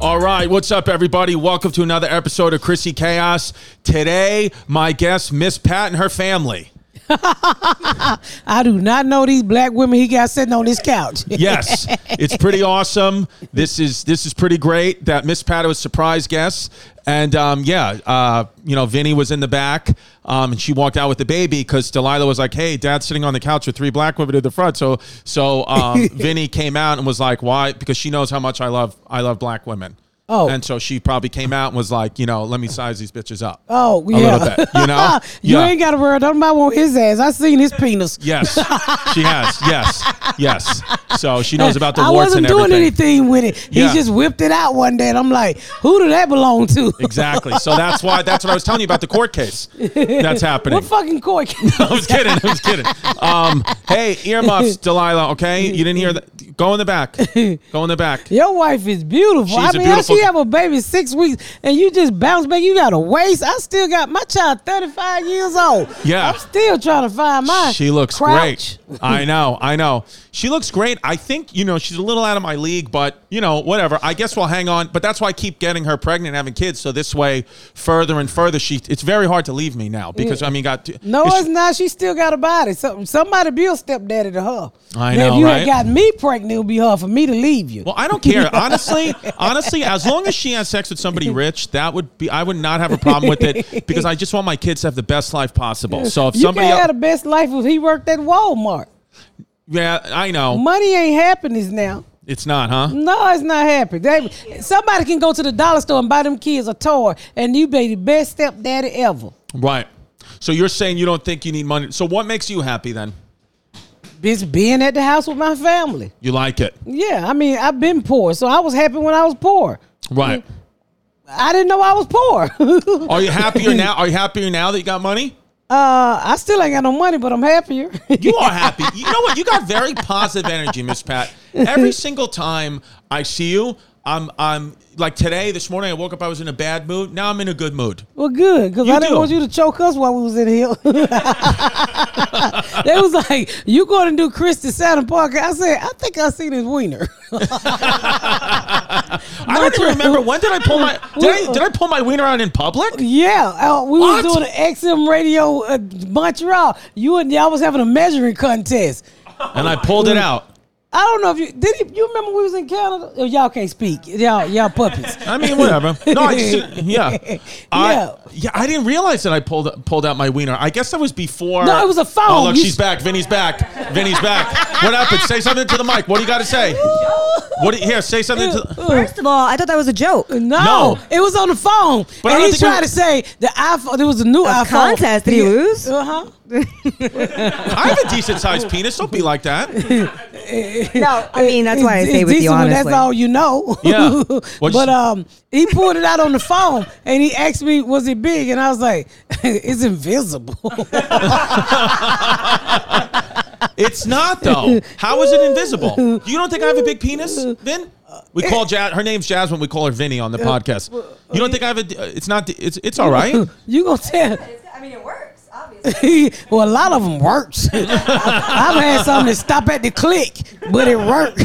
All right, what's up, everybody? Welcome to another episode of Chrissy Chaos. Today, my guest, Miss Pat and her family. I do not know these black women he got sitting on this couch. Yes, it's pretty awesome. This is this is pretty great that Miss Pat was surprise guest, and um, yeah, uh, you know, Vinny was in the back, um, and she walked out with the baby because Delilah was like, "Hey, Dad's sitting on the couch with three black women in the front." So so um, Vinny came out and was like, "Why?" Because she knows how much I love I love black women. Oh. and so she probably came out and was like, you know, let me size these bitches up. Oh, a yeah. little bit, you know. you Yeah. ain't got to worry. Don't nobody want his ass. I seen his penis. Yes, she has. Yes, yes. So she knows about the I warts wasn't and doing everything. anything with it. He Yeah. just whipped it out one day, and I'm like, "Who do that belong to?" Exactly. So that's why. That's what I was telling you about the court case that's happening. What fucking court? I was kidding. I was kidding. Um, hey, earmuffs, Delilah. Okay, you didn't hear that. Go in the back. Go in the back. Your wife is beautiful. She's I a mean, beautiful- how she have a baby six weeks and you just bounce back? You got a waist. I still got my child, thirty five years old. Yeah. I'm still trying to find mine. She looks Crouch. great. I know. I know. She looks great. I think you know she's a little out of my league, but you know whatever. I guess we'll hang on. But that's why I keep getting her pregnant, and having kids. So this way, further and further, she. It's very hard to leave me now because I mean, got to, No, it's- it's not. She still got a body. So, somebody be a stepdaddy to her. I Now, know, If you right? had got me pregnant, it would be hard for me to leave you. Well, I don't care. Honestly, honestly, as long as she has sex with somebody rich, that would be I would not have a problem with it because I just want my kids to have the best life possible. So if you somebody can't else, have the best life if he worked at Walmart. Yeah, I know. Money ain't happiness now. It's not, huh? No, it's not happy. They, somebody can go to the dollar store and buy them kids a toy, and you be the best stepdaddy ever. Right. So you're saying you don't think you need money. So what makes you happy then? Bitch, being at the house with my family. You like it. Yeah, I mean, I've been poor, so I was happy when I was poor. Right. I didn't know I was poor. Are you happier now? Are you happier now that you got money? uh, I still ain't got no money, but I'm happier. You are happy. You know what? You got very positive energy, Miss Pat. Every single time I see you, I'm I'm like today, this morning I woke up, I was in a bad mood. Now I'm in a good mood. Well, good, because You I didn't do. want you to choke us while we was in here. they was like, you going to do Christy Saturn Parker. I said, I think I seen his wiener. I don't even remember when did I pull my did I, did I pull my wiener out in public? yeah, uh, we What? was doing an XM radio uh, Montreal. You and y'all was having a measuring contest. And I pulled it out. I don't know if you did. He, you remember we was in Canada? Oh, y'all can't speak. Y'all, y'all puppies. I mean, whatever. No, I just, yeah, Yeah. I, yeah. I didn't realize that I pulled pulled out my wiener. I guess that was before. No, it was a phone. Oh, look, You- she's back. Vinny's back. Vinny's back. What happened? Say something to the mic. What do you got to say? What do you, here? Say something to. The, First of all, I thought that was a joke. A No, No. it was on the phone, But I don't and he think we- tried to say the iPhone. There was a new iPhone contest. Did he lose? Uh huh. I have a decent sized penis. Don't be like that. No, I mean that's why I It's- stay it's with you decent when honestly. That's all you know. Yeah. What'd you but say? um, he pulled it out on the phone and he asked me, "Was it big?" And I was like, "It's invisible." It's not though. How is it invisible? You don't think I have a big penis, Vin? We call Jazz. Her name's Jasmine. We call her Vinny on the podcast. You don't think I have a? uh, It's not. It's it's all right. you gonna tell? I mean, it works obviously. well, a lot of them works. I've had some that stop at the click, but it worked.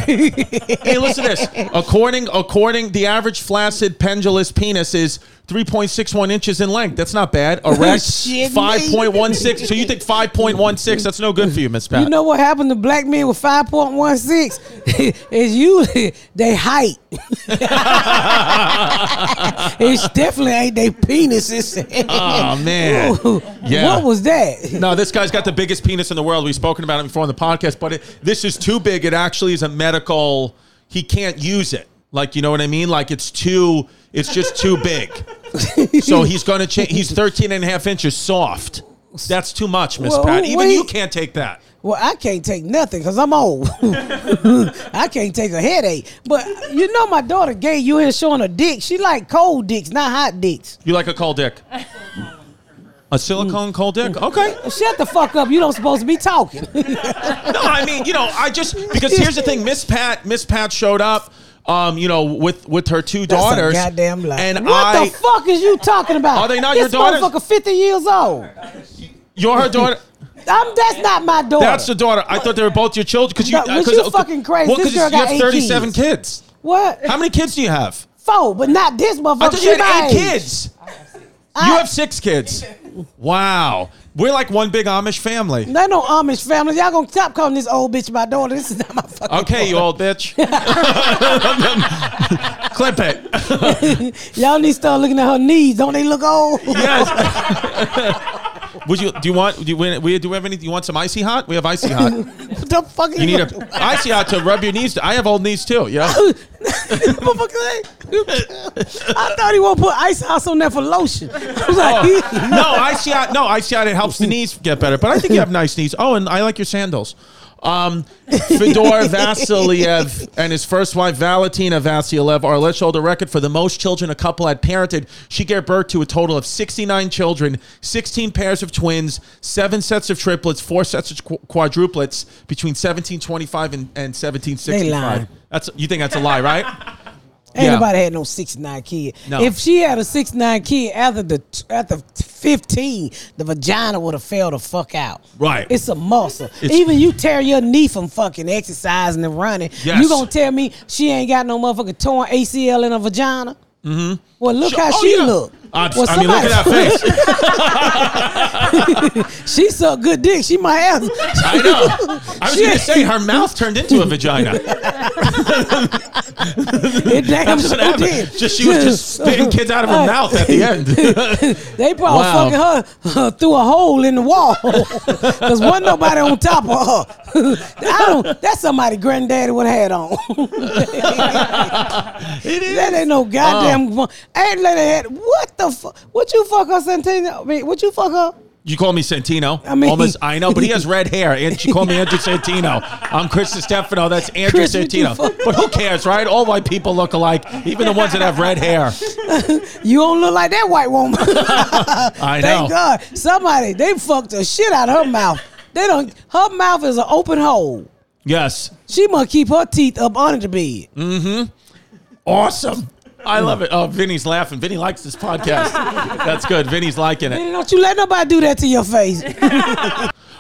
Hey, listen to this. According according, the average flaccid pendulous penis is 3.61 inches in length. That's not bad. Erect Shit, 5.16. So you think 5.16? That's no good for you, Miss Pat. you know what happened to black men with five point one six? Is usually they height. it's definitely ain't they penises. oh man. Ooh, Yeah. What was that? No, this guy's got the biggest penis in the world. We've spoken about it before on the podcast, but it, this is too big. It actually is a medical. He can't use it. Like you know what I mean? Like it's too. It's just too big. so he's going to change. He's 13 and a half inches soft. That's too much, Miss Well, Pat. Even you wait. can't take that. Well, I can't take nothing because I'm old. I can't take a headache. But you know, my daughter gay, you here showing her dick. She like cold dicks, not hot dicks. You like a cold dick? A silicone cold dick? Okay. Shut the fuck up. You don't supposed to be talking. No, I mean, you know, I just because here's the thing, Miss Pat, Miss Pat showed up, um, you know, with with her two That's a daughters. goddamn lie. And what I, the fuck is you talking about? Are they not this your daughters? motherfucker 50 years old. you're her daughter. I'm, that's not my daughter. That's the daughter. I thought they were both your children because you. No, was because- you fucking crazy? Well, This 'cause girl you got have eight thirty-seven kids. what? How many kids do you have? four, but not this motherfucker. I thought you She my had eight age. kids. I- you have six kids. Wow. We're like one big Amish family. There ain't no Amish family. Y'all gonna stop calling this old bitch my daughter. This is not my fucking Okay, you old bitch. Clip it. Y'all need to start looking at her knees. Don't they look old? Yes. Would you? Do you want? Do you, we do we have any? Do you want some icy hot? We have icy hot. what the fuck You need a icy hot to rub your knees. To. I have old knees too. Yeah. Motherfucker, I thought he won't put ice house on there for lotion. I was like, Oh, no, icy hot. No, icy hot. It helps the knees get better. But I think you have nice knees. Oh, and I like your sandals. Um, Fedor Vasiliev and his first wife Valentina Vasiliev are let's hold a record for the most children a couple had parented. She gave birth to a total of 69 children, 16 pairs of twins, seven sets of triplets, four sets of qu- quadruplets between 1725 and, and 1765. lying. That's you think that's a lie, right? ain't Yeah. nobody had no six nine kid. No. If she had a six nine kid after the after fifteen, the vagina would have fell the fuck out. Right. It's a muscle. It's- Even you tear your knee from fucking exercising and running. Yes. You gonna tell me she ain't got no motherfucking torn ACL in her vagina? Mm-hmm. Well, look how Oh, she yeah. look. I'm- Well, I mean, look at that somebody- face. She suck good dick. She might have. I know. I was going to say her mouth turned into a vagina. It Oh, damn Uh-huh. That's what sure happened. did. Just she was just spitting kids out of her Right. mouth at the end. They probably Wow. fucking her through a hole in the wall because wasn't nobody on top of her. I don't. That's somebody granddaddy would have had on. it is. that ain't no goddamn. Oh. fun. Ain't let her had. What the fuck? Would you fuck her, Santina? I mean, would you fuck her? You call me Santino. I I mean- almost. I know, but he has red hair, and she called me Andrew Santino. I'm Chris Stefano. That's Andrew Chris, would you Santino. fuck- But who cares, right? All white people look alike, even the ones that have red hair. You don't look like that white woman. I know. Thank God. Somebody they fucked the shit out of her mouth. They don't. Her mouth is an open hole. Yes, She must keep her teeth up under the bed. awesome. I love it. Oh, Vinny's laughing. Vinny likes this podcast. That's good. Vinny's liking it. Don't you let nobody do that to your face.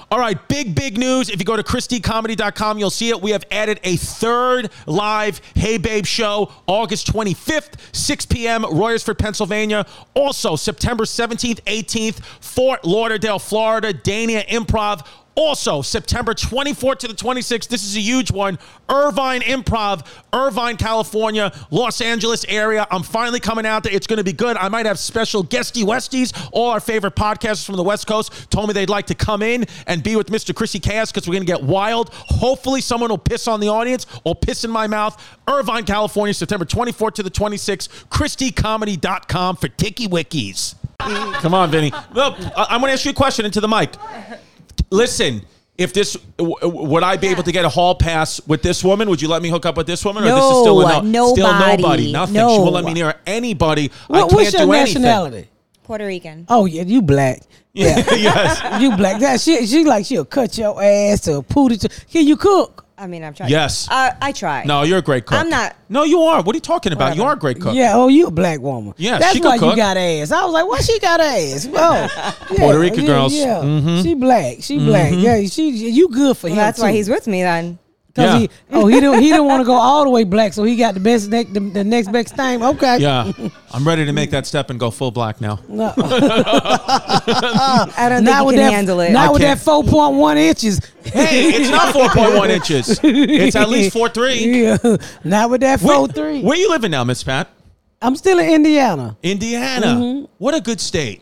All right, big, big news. If you go to ChristyComedy.com, you'll see it. We have added a third live Hey Babe show August 25th, 6 p.m., Royersford, Pennsylvania. Also, September 17th, 18th, Fort Lauderdale, Florida, Dania Improv. Also, September 24th to the 26th, this is a huge one. Irvine Improv, Irvine, California, Los Angeles area. I'm finally coming out there. It's going to be good. I might have special guesty Westies. All our favorite podcasters from the West Coast told me they'd like to come in and be with Mr. Chrissy Chaos because we're going to get wild. Hopefully, someone will piss on the audience or piss in my mouth. Irvine, California, September 24th to the 26th. ChristyComedy.com for Tiki Wikis. Come on, Vinny. Look, I- I'm going to ask you a question into the mic listen, if this w- w- would I be able to get a hall pass with this woman? Would you let me hook up with this woman? this No, uh, still nobody. nobody, nothing. No. She won't let me near anybody. I What, can't what's your do nationality? Puerto Rican. Oh yeah, you black. Yeah, anything. yes, you black. That she she like she'll cut your ass or pooty. To, can you cook? I mean, I've tried. Yes. Uh, I tried. no, you're a great cook. I'm not- No, you are. What are you talking about? You Whatever. are a great cook. Yeah. Oh, you a black woman. Yeah, that's she could why cook. you got ass. I was like, why she got ass? Oh, Puerto Rican yeah, girls. Mm-hmm. Yeah, she black. She black. Yeah, she you good for Well, him. that's why too. he's with me then. 'Cause Yeah. he, oh, he didn't he didn't want to go all the way black, so he got the best neck the, the next best thing. Okay. Yeah. I'm ready to make that step and go full black now. No. I don't Not think with he can that. handle it. Not I with that can't. four point one inches. Hey, it's not 4.1 inches. It's at least 4.3. Yeah, not with that four three. Where you living now, Miss Pat? I'm still in Indiana. Indiana. Mm-hmm. What a good state.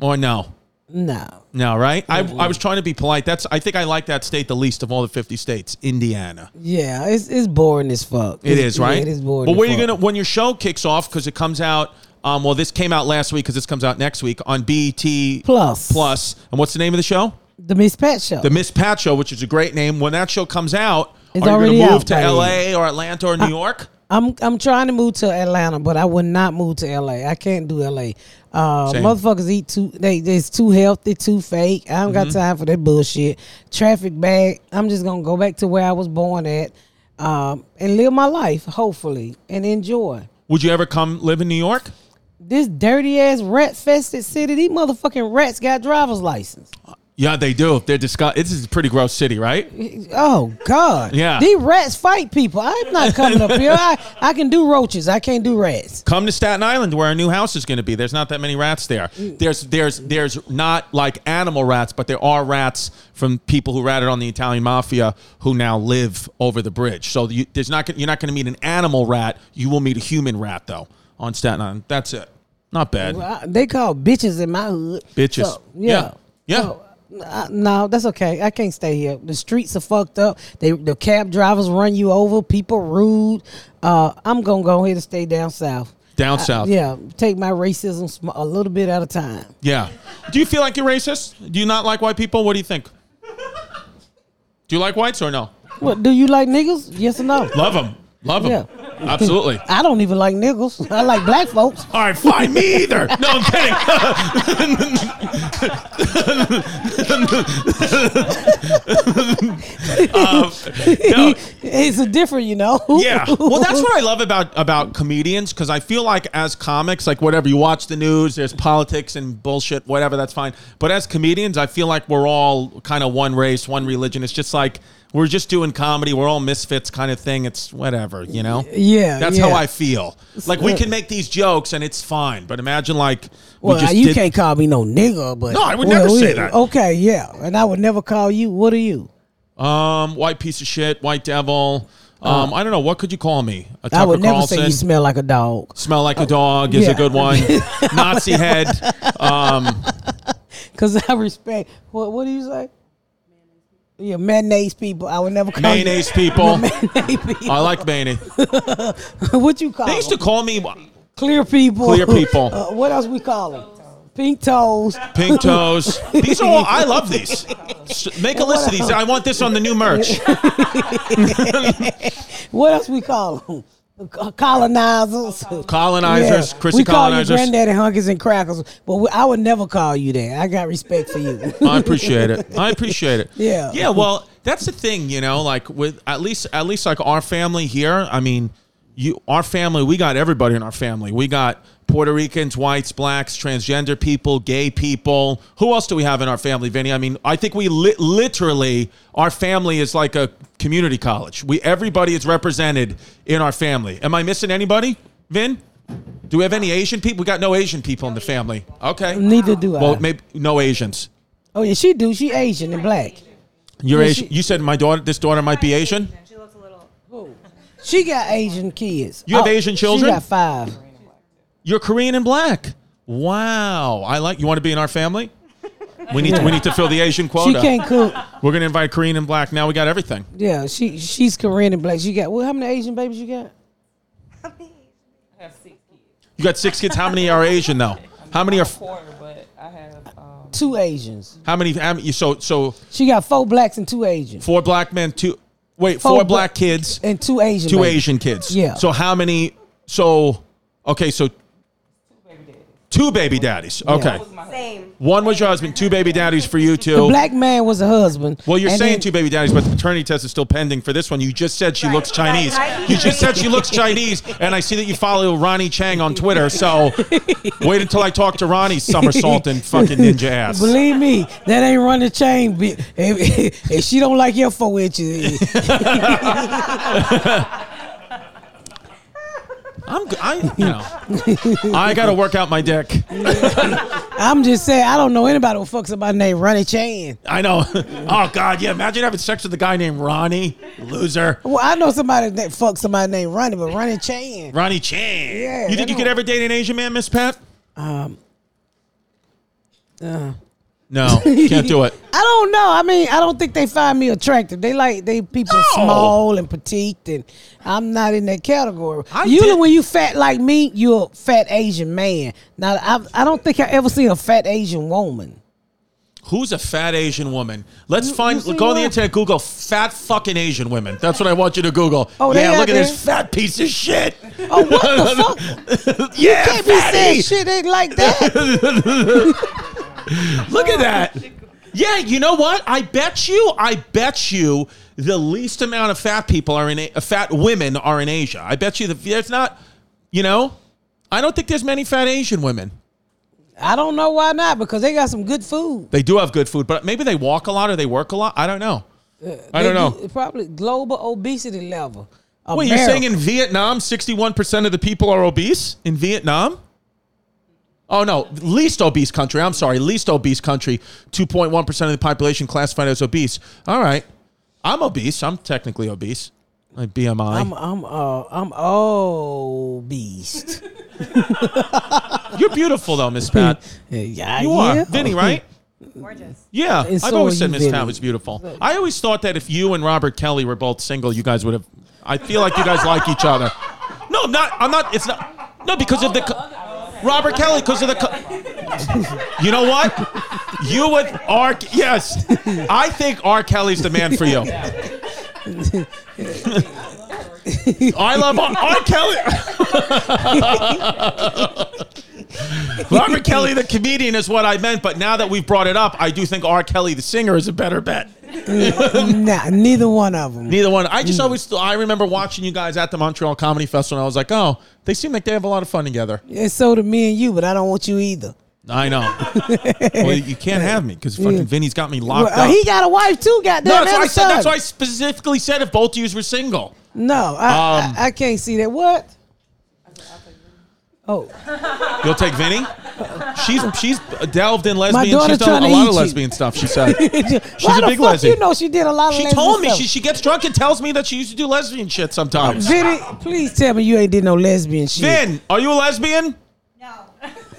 Or no? No, No, right? I, Mm-hmm. I was trying to be polite. That's I think I like that state the least of all the 50 states, Indiana. yeah, it's it's boring as fuck. It is, yeah, right? it is boring. But as when you fuck. gonna when your show kicks off cuz it comes out um, well this came out last week cuz this comes out next week on BET Plus. Plus. And what's the name of the show? the Miss Pat show? The Miss Pat Show, which is a great name. When that show comes out, It's are you already going to move out to Uh. by then. LA or Atlanta or New York? I'm I'm trying to move to Atlanta, but I would not move to LA. I can't do LA. Uh, Same. motherfuckers eat too. They it's too healthy, too fake. I don't got Mm-hmm. time for that bullshit. Traffic bag. I'm just gonna go back to where I was born at, um, and live my life hopefully and enjoy. Would you ever come live in New York? This dirty ass rat fested city. These motherfucking rats got driver's license. Yeah, they do. They're disgust. This is a pretty gross city, right? Oh God! Yeah. these rats fight people. I'm not coming up here. I, I can do roaches. I can't do rats. Come to Staten Island where our new house is going to be. There's not that many rats there. Mm. There's there's there's not like animal rats, but there are rats from people who ratted on the Italian mafia who now live over the bridge. So you, there's not gon- you're not going to meet an animal rat. You will meet a human rat though on Staten Island. That's it. Not bad. Well, I- They call bitches in my hood. Bitches. So, yeah. Yeah. Yeah. So, uh, no, that's okay. I can't stay here. The streets are fucked up. They the cab drivers run you over. People rude. Uh, I'm gonna go ahead and stay down south. Down south. uh, Yeah, take my racism sm- a little bit at a time. Yeah. Do you feel like you're racist? Do you not like white people? What do you think? Do you like whites or no? What do you like niggas? Yes or no? Love them. Love them. Yeah. Absolutely. I don't even like niggas. I like black folks. All right, fine, me either. No, I'm kidding. um, no, it's a different, you know. yeah. Well, that's what I love about about comedians because I feel like as comics, like whatever you watch the news, there's politics and bullshit, whatever. That's fine. But as comedians, I feel like we're all kind of one race, one religion. It's just like we're just doing comedy. We're all misfits, kind of thing. It's whatever, you know. Yeah, That's yeah. how I feel. Like we can make these jokes and it's fine. But imagine like Well, we just you did- can't call me no nigga, but No, I would never Well, say yeah. that. Okay, yeah, and I would never call you. What are you? Um, white piece of shit, white devil. Um, I don't know. What could you call me? A Tucker Uh. I would never Carlson? say you smell like a dog smell like a dog is yeah. a good one. Nazi head. Um, because I respect. What What do you say? Yeah, mayonnaise people. I would never call mayonnaise people. You. Mayonnaise people. I like mayonnaise. what you call They used to them? call me Clear people. Clear people. Uh, what else we call them? Pink toes. pink toes. These are all. I love these. S- Make a list of these. I want this on the new merch. What else we call them? Colonizers. Colonizers, Yeah. Chrissy we colonizers. call you granddaddy hunkies and crackers, but we, I would never call you that. I got respect for you. I appreciate it. I appreciate it. Yeah. Yeah. Well, that's the thing, you know. Like with at least at least like our family here. I mean, you our family. We got everybody in our family. We got Puerto Ricans, whites, blacks, transgender people, gay people. Who else do we have in our family, Vinny? I mean, I think we li- literally our family is like a community college. We everybody is represented in our family. Am I missing anybody, Vin? Do we have any Asian people? We got no Asian people in the family. Okay. Neither do I. Well, maybe no Asians. oh yeah, she do. She Asian and black. You're Yeah, Asian. she- you said my daughter, this daughter might be Asian. She looks a little. She got Asian kids. Oh, You have Asian children? She got five. You're Korean and black. Wow, I like. You want to be in our family? We need we need to fill the Asian She quota. can't cook. We're gonna invite Korean and black. Now we got everything. Yeah, she she's Korean and black. She got well, how many Asian babies you got? I have six kids. You got six kids. How many are Asian though? How many are? Quarter, but I have um, Two Asians. How many? How many so so She got four blacks and two Asians four black men. Two wait, Four four, bla- black kids, and two Asian. two babies. Asian kids. Yeah. So how many? So okay, so two baby daddies. two baby daddies. Okay. That was my Same. One was your husband. Two baby daddies for you The two. black man was a husband. Well, you're and saying then- two baby daddies, but the paternity test is still pending for this one. You just said she Right, looks Chinese. right, right. You just said she looks Chinese, and I see that you follow Ronnie Chang on Twitter. So wait until I talk to Ronnie somersault and fucking ninja ass. Believe me, that ain't run the chain. bi- If, if she don't like your four inches, I'm, g- I, you know, I got to work out my dick. I'm just saying I don't know anybody who fucks about named Ronnie Chan. I know. Oh God, yeah. Imagine having sex with a guy named Ronnie, loser. Well, I know somebody that fucks somebody named Ronnie, but Ronnie Chan. Ronnie Chang. Yeah, you think you I could know. Um, ever date an Asian man, Miss Pat? uh. No, can't do it. I don't know. I mean, I don't think they find me attractive. They like they people No. small and petite, and I'm not in that category. I Usually, did- when you fat like me, you're a fat Asian man. Now, I, I don't think I ever seen a fat Asian woman. Who's a fat Asian woman? Let's find. seen go on the one? internet. Google fat fucking Asian women. That's what I want you to Google. Oh, they yeah. out Look at there? this fat piece of shit. Oh, what the fuck? yeah, Can't be saying fatty. shit ain't like that. Look at that. Yeah, you know what? I bet you. I bet you the least amount of fat people are in. A- fat women are in Asia. I bet you the, there's not. You know, I don't think there's many fat Asian women. I don't know why not because they got some good food. They do have good food, but maybe they walk a lot or they work a lot. I don't know. I Uh, They don't know. do- probably global obesity level. Wait, you're saying in Vietnam, 61% of the people are obese? In Vietnam? Oh, no. Least obese country. I'm sorry. Least obese country. 2.1% of the population classified as obese. All right. I'm obese. I'm technically obese. My BMI. I'm I'm uh I'm obese. you're beautiful, though, Miss Pat. yeah, You yeah. Oh, are. Vinny, right? Gorgeous. Yeah. I've And so always are said you, Miss Pat Vinny. was beautiful. I always thought that if you and Robert Kelly were both single, you guys would have. I feel like you guys like each other. No, I'm not. I'm not. It's not. No, because of the. co- Robert Kelly, because of the. co- You know what? You would R. Yes, I think R. Kelly's the man for you. I love R. R. Kelly. Robert Kelly, the comedian, is what I meant. But now that we've brought it up, I do think R. Kelly, the singer, is a better bet. Nah, neither one of them. Neither one. I just Hmm. always. I remember watching you guys at the Montreal Comedy Festival, and I was like, oh, they seem like they have a lot of fun together. And so do me and you, but I don't want you either. I know. well, you can't have me because fucking Vinny's got me Well, locked uh, up. he got a wife too. no, Goddamn. that's why I and a said. That's son. why I specifically said if both of yous were single. No, I, Um, I, I can't see that. What? Oh, You'll take Vinny. She's she's delved in lesbian. daughter She's done tryna a lot of eat you. lesbian stuff. She said. Why a the big fuck lesbian. You know she did a lot of. She lesbian told me stuff. she, she gets drunk and tells me that she used to do lesbian shit sometimes. Vinny, please tell me you ain't did no lesbian shit. Vin, are you a lesbian? No.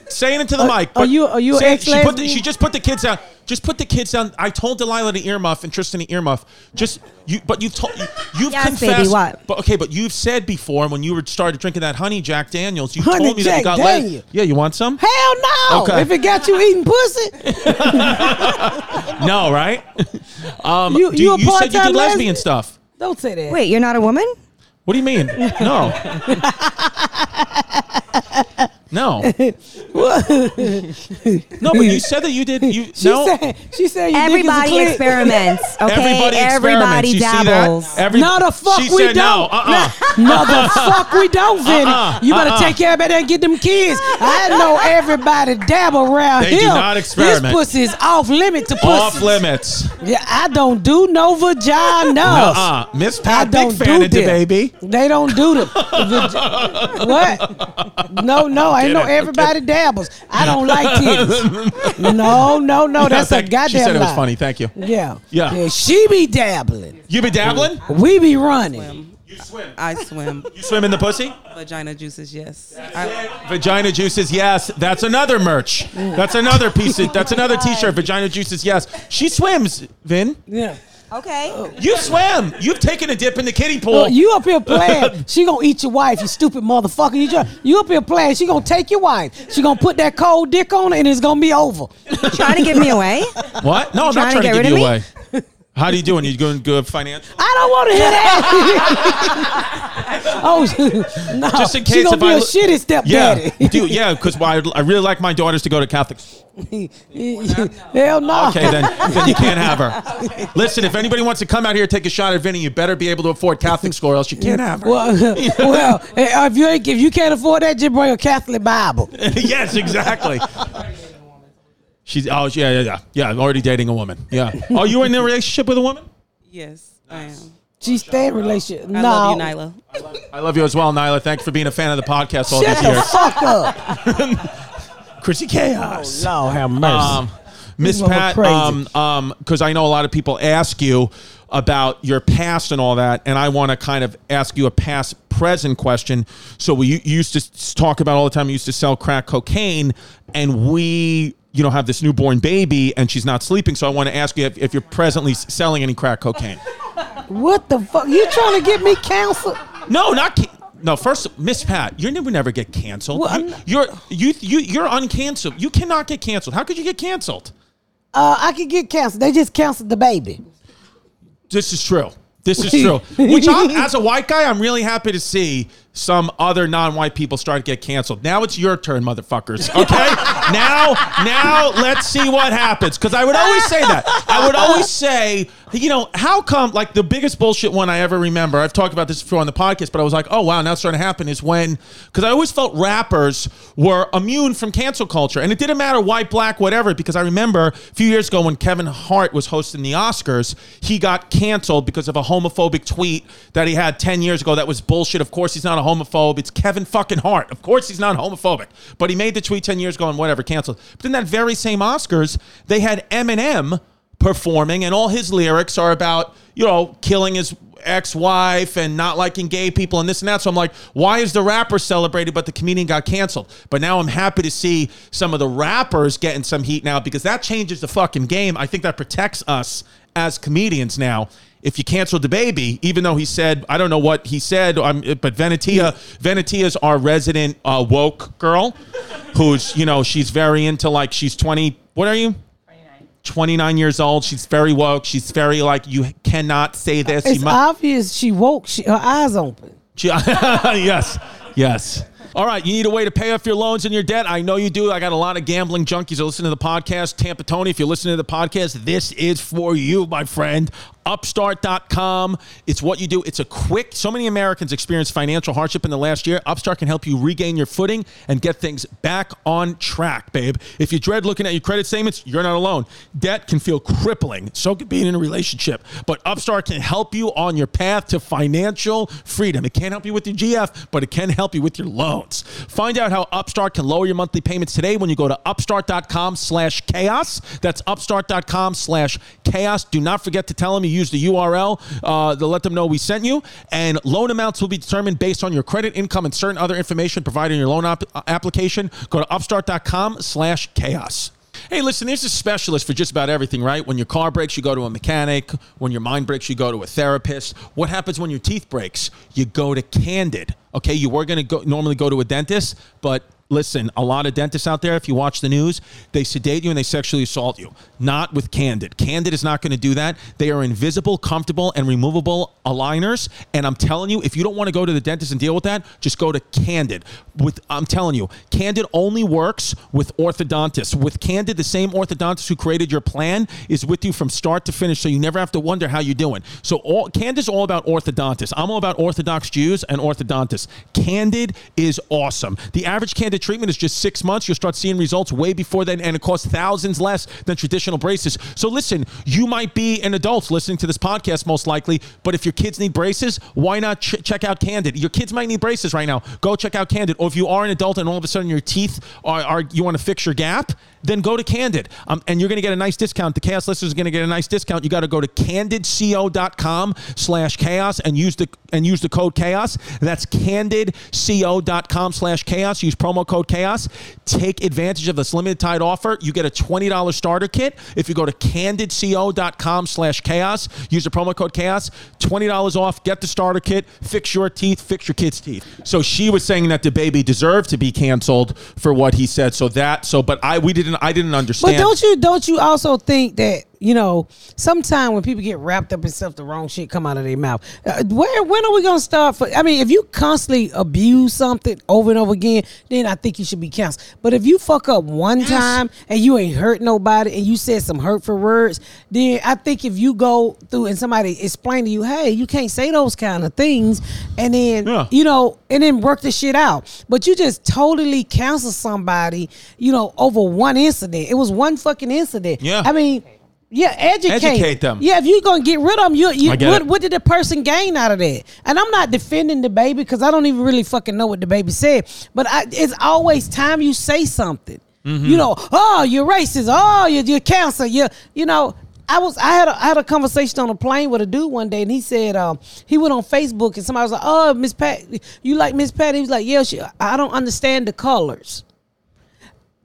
Saying it to the Are- mic. are you- are you Say- ex- she, put the, lesbian? she just put the kids down. Just put the kids down. I told Delilah to earmuff and Tristan to earmuff. Just you, but you've told you, you've Yes, baby, confessed. what? But okay, but you've said before when you were started drinking that honey Jack Daniels, you Honey told me that you Jack got lesbian. Daniel. Yeah, you want some? Hell no! Okay. If it got you eating pussy, No, right? um, You- do- you a you said you part-time did lesbian lesbian? stuff. don't say that. Wait, you're not a woman? What do you mean? No. No, What? no, but you said that you did. You she no. said. She said you Everybody dick is a clit. experiments. Okay. Everybody, experiments. Everybody You see dabbles. that? Every- no, the fuck she we said don't. No, uh-uh. No, the fuck we don't, Vinny. Uh-uh, You better uh-uh. take care of that and get them kids. I know everybody dabble around They here. do not experiment. This pussy is off limit to pussy. Off limits. Yeah, I don't do no vagina. Uh-uh. Miss Pat, big fan of the them. baby. They don't do them. Vag- what? No, no, I know kidding, I'm everybody dabbles. I don't like titties. No, no, no. That's a Thank- goddamn She said it was lie. funny. Thank you. Yeah. Yeah. She be dabbling. You be dabbling? We be running. You swim. I swim. You swim in the pussy? Vagina juices, yes. I, Vagina juices, yes. That's another merch. That's another piece. Of, that's another T-shirt. Vagina juices, yes. She swims, Vin. Yeah. Okay. You swim. You've taken a dip in the kiddie pool. Well, you up here playing. She gonna eat your wife, you stupid motherfucker. You, just, you up here playing. She gonna take your wife. She gonna put that cold dick on her and it's gonna be over. Trying to give me away? what? No, I'm not trying to trying to get give you rid away. How do you doing? You doing good financially? I don't want to hear that. oh no! Just in she case gonna if be I a lo- shitty Yeah, stepdaddy. dude. Yeah, because I I really like my daughters to go to Catholic Hell no! Okay, then, then you can't have her. Listen, if anybody wants to come out here and take a shot at Vinny, you better be able to afford Catholic school, or else you can't have her. Well, well, eh, if you ain't, if you can't afford that, just bring a Catholic Bible. yes, exactly. She's oh yeah yeah yeah yeah. I'm already dating a woman. Yeah. Oh, you were in a relationship with a woman? yes, I am. She stay in relationship. I No, love you, Nyla. I love you as well, Nyla. Thanks for being a fan of the podcast all shut these the years. fuck up. Chrissy Chaos. Lord have mercy. Um, Miss People are Pat, crazy. um, um, because I know a lot of people ask you about your past and all that, and I want to kind of ask you a past present question. So we you used to s- talk about all the time. You used to sell crack cocaine, and we. You know, have this newborn baby and she's not sleeping. So I want to ask you if, if you're presently s- selling any crack cocaine. what the fuck? You trying to get me counseled? No, not can- no. First, Miss Pat, you never never get canceled. Well, I'm you, not- you're you you you're uncanceled. You cannot get canceled. How could you get canceled? Uh, I could get counseled. They just canceled the baby. This is true. This is true. Which, I'm, as a white guy, I'm really happy to see some other non-white people started to get canceled. Now it's your turn, motherfuckers. Okay, now, now let's see what happens. Because I would always say that. I would always say, you know, how come? Like the biggest bullshit one I ever remember. I've talked about this before on the podcast, but I was like, oh wow, now it's starting to happen. Is when because I always felt rappers were immune from cancel culture, and it didn't matter white, black, whatever. Because I remember a few years ago when Kevin Hart was hosting the Oscars, he got canceled because of a homophobic tweet that he had 10 years ago that was bullshit. Of course, he's not a homophobe. It's Kevin fucking Hart. Of course, he's not homophobic. But he made the tweet 10 years ago and whatever, canceled. But then that very same Oscars, they had Eminem performing, and all his lyrics are about, you know, killing his ex-wife and not liking gay people and this and that. So I'm like, why is the rapper celebrated but the comedian got canceled? But now I'm happy to see some of the rappers getting some heat now because that changes the fucking game. I think that protects us as comedians now. If you canceled the baby, even though he said I don't know what he said, um, but Venetia, Venetia's our resident uh, woke girl, who's you know she's very into like she's twenty. What are you? 29 years old. She's very woke. She's very like you cannot say this. It's you mu- obvious she woke. She, her eyes open. She- yes, yes. All right, you need a way to pay off your loans and your debt. I know you do. I got a lot of gambling junkies that listen to the podcast. Tampa Tony, if you're listening to the podcast, this is for you, my friend. Upstart.com. It's what you do. It's a quick, so many Americans experienced financial hardship in the last year. Upstart can help you regain your footing and get things back on track, babe. If you dread looking at your credit statements, you're not alone. Debt can feel crippling. So could being in a relationship. But Upstart can help you on your path to financial freedom. It can't help you with your GF, but it can help you with your loans. Find out how Upstart can lower your monthly payments today when you go to upstart.com slash chaos. That's upstart.com slash chaos. Do not forget to tell them you use the URL uh, to let them know we sent you. And loan amounts will be determined based on your credit, income, and certain other information provided in your loan op- application. Go to upstart.com slash chaos. Hey, listen, there's a specialist for just about everything, right? When your car breaks, you go to a mechanic. When your mind breaks, you go to a therapist. What happens when your teeth breaks? You go to Candid. Okay, you were going to go normally go to a dentist, but listen, a lot of dentists out there, if you watch the news, they sedate you and they sexually assault you. Not with Candid. Candid is not going to do that. They are invisible, comfortable, and removable aligners. And I'm telling you, if you don't want to go to the dentist and deal with that, just go to Candid. With I'm telling you, Candid only works with orthodontists. With Candid, the same orthodontist who created your plan is with you from start to finish, so you never have to wonder how you're doing. So all Candid's all about orthodontists. I'm all about orthodox Jews and orthodontists. Candid is awesome. The average Candid treatment is just six months. You'll start seeing results way before then, and it costs thousands less than traditional braces. So listen, you might be an adult listening to this podcast, most likely, but if your kids need braces, why not ch- check out Candid? Your kids might need braces right now. Go check out Candid. Or if you are an adult and all of a sudden your teeth are, are you want to fix your gap, then go to Candid. Um, and you're going to get a nice discount. The Chaos listeners are going to get a nice discount. You got to go to candidco.com slash chaos and use the and use the code chaos. That's candidco.com slash chaos. Use promo code chaos. Take advantage of this limited time offer. You get a $20 starter kit. If you go to candidco.com slash chaos, use the promo code chaos, $20 off, get the starter kit, fix your teeth, fix your kid's teeth. So she was saying that the baby deserved to be canceled for what he said. So that, so, but I, we didn't, I didn't But understand. don't you don't you also think that you know sometime when people get wrapped up in stuff, the wrong shit come out of their mouth. Uh, where when are we gonna start? For I mean, if you constantly abuse something over and over again, then I think you should be counseled. But if you fuck up one time and you ain't hurt nobody and you said some hurtful words, then I think if you go through and somebody explain to you, hey, you can't say those kind of things, and then Yeah. you know, and then work the shit out. But you just totally cancel somebody, you know, over one incident. It was one fucking incident. Yeah. I mean, yeah, educate. Educate them. Yeah, if you're gonna get rid of them, you, you I get what, it. what did the person gain out of that? And I'm not defending the baby because I don't even really fucking know what the baby said. But I, it's always time you say something. Mm-hmm. You know, oh, you're racist. Oh, you're, you're cancer. You you know. I was I had a, I had a conversation on a plane with a dude one day, and he said um, he went on Facebook, and somebody was like, "Oh, Miss Pat, you like Miss Pat?" He was like, "Yeah, she, I don't understand the colors."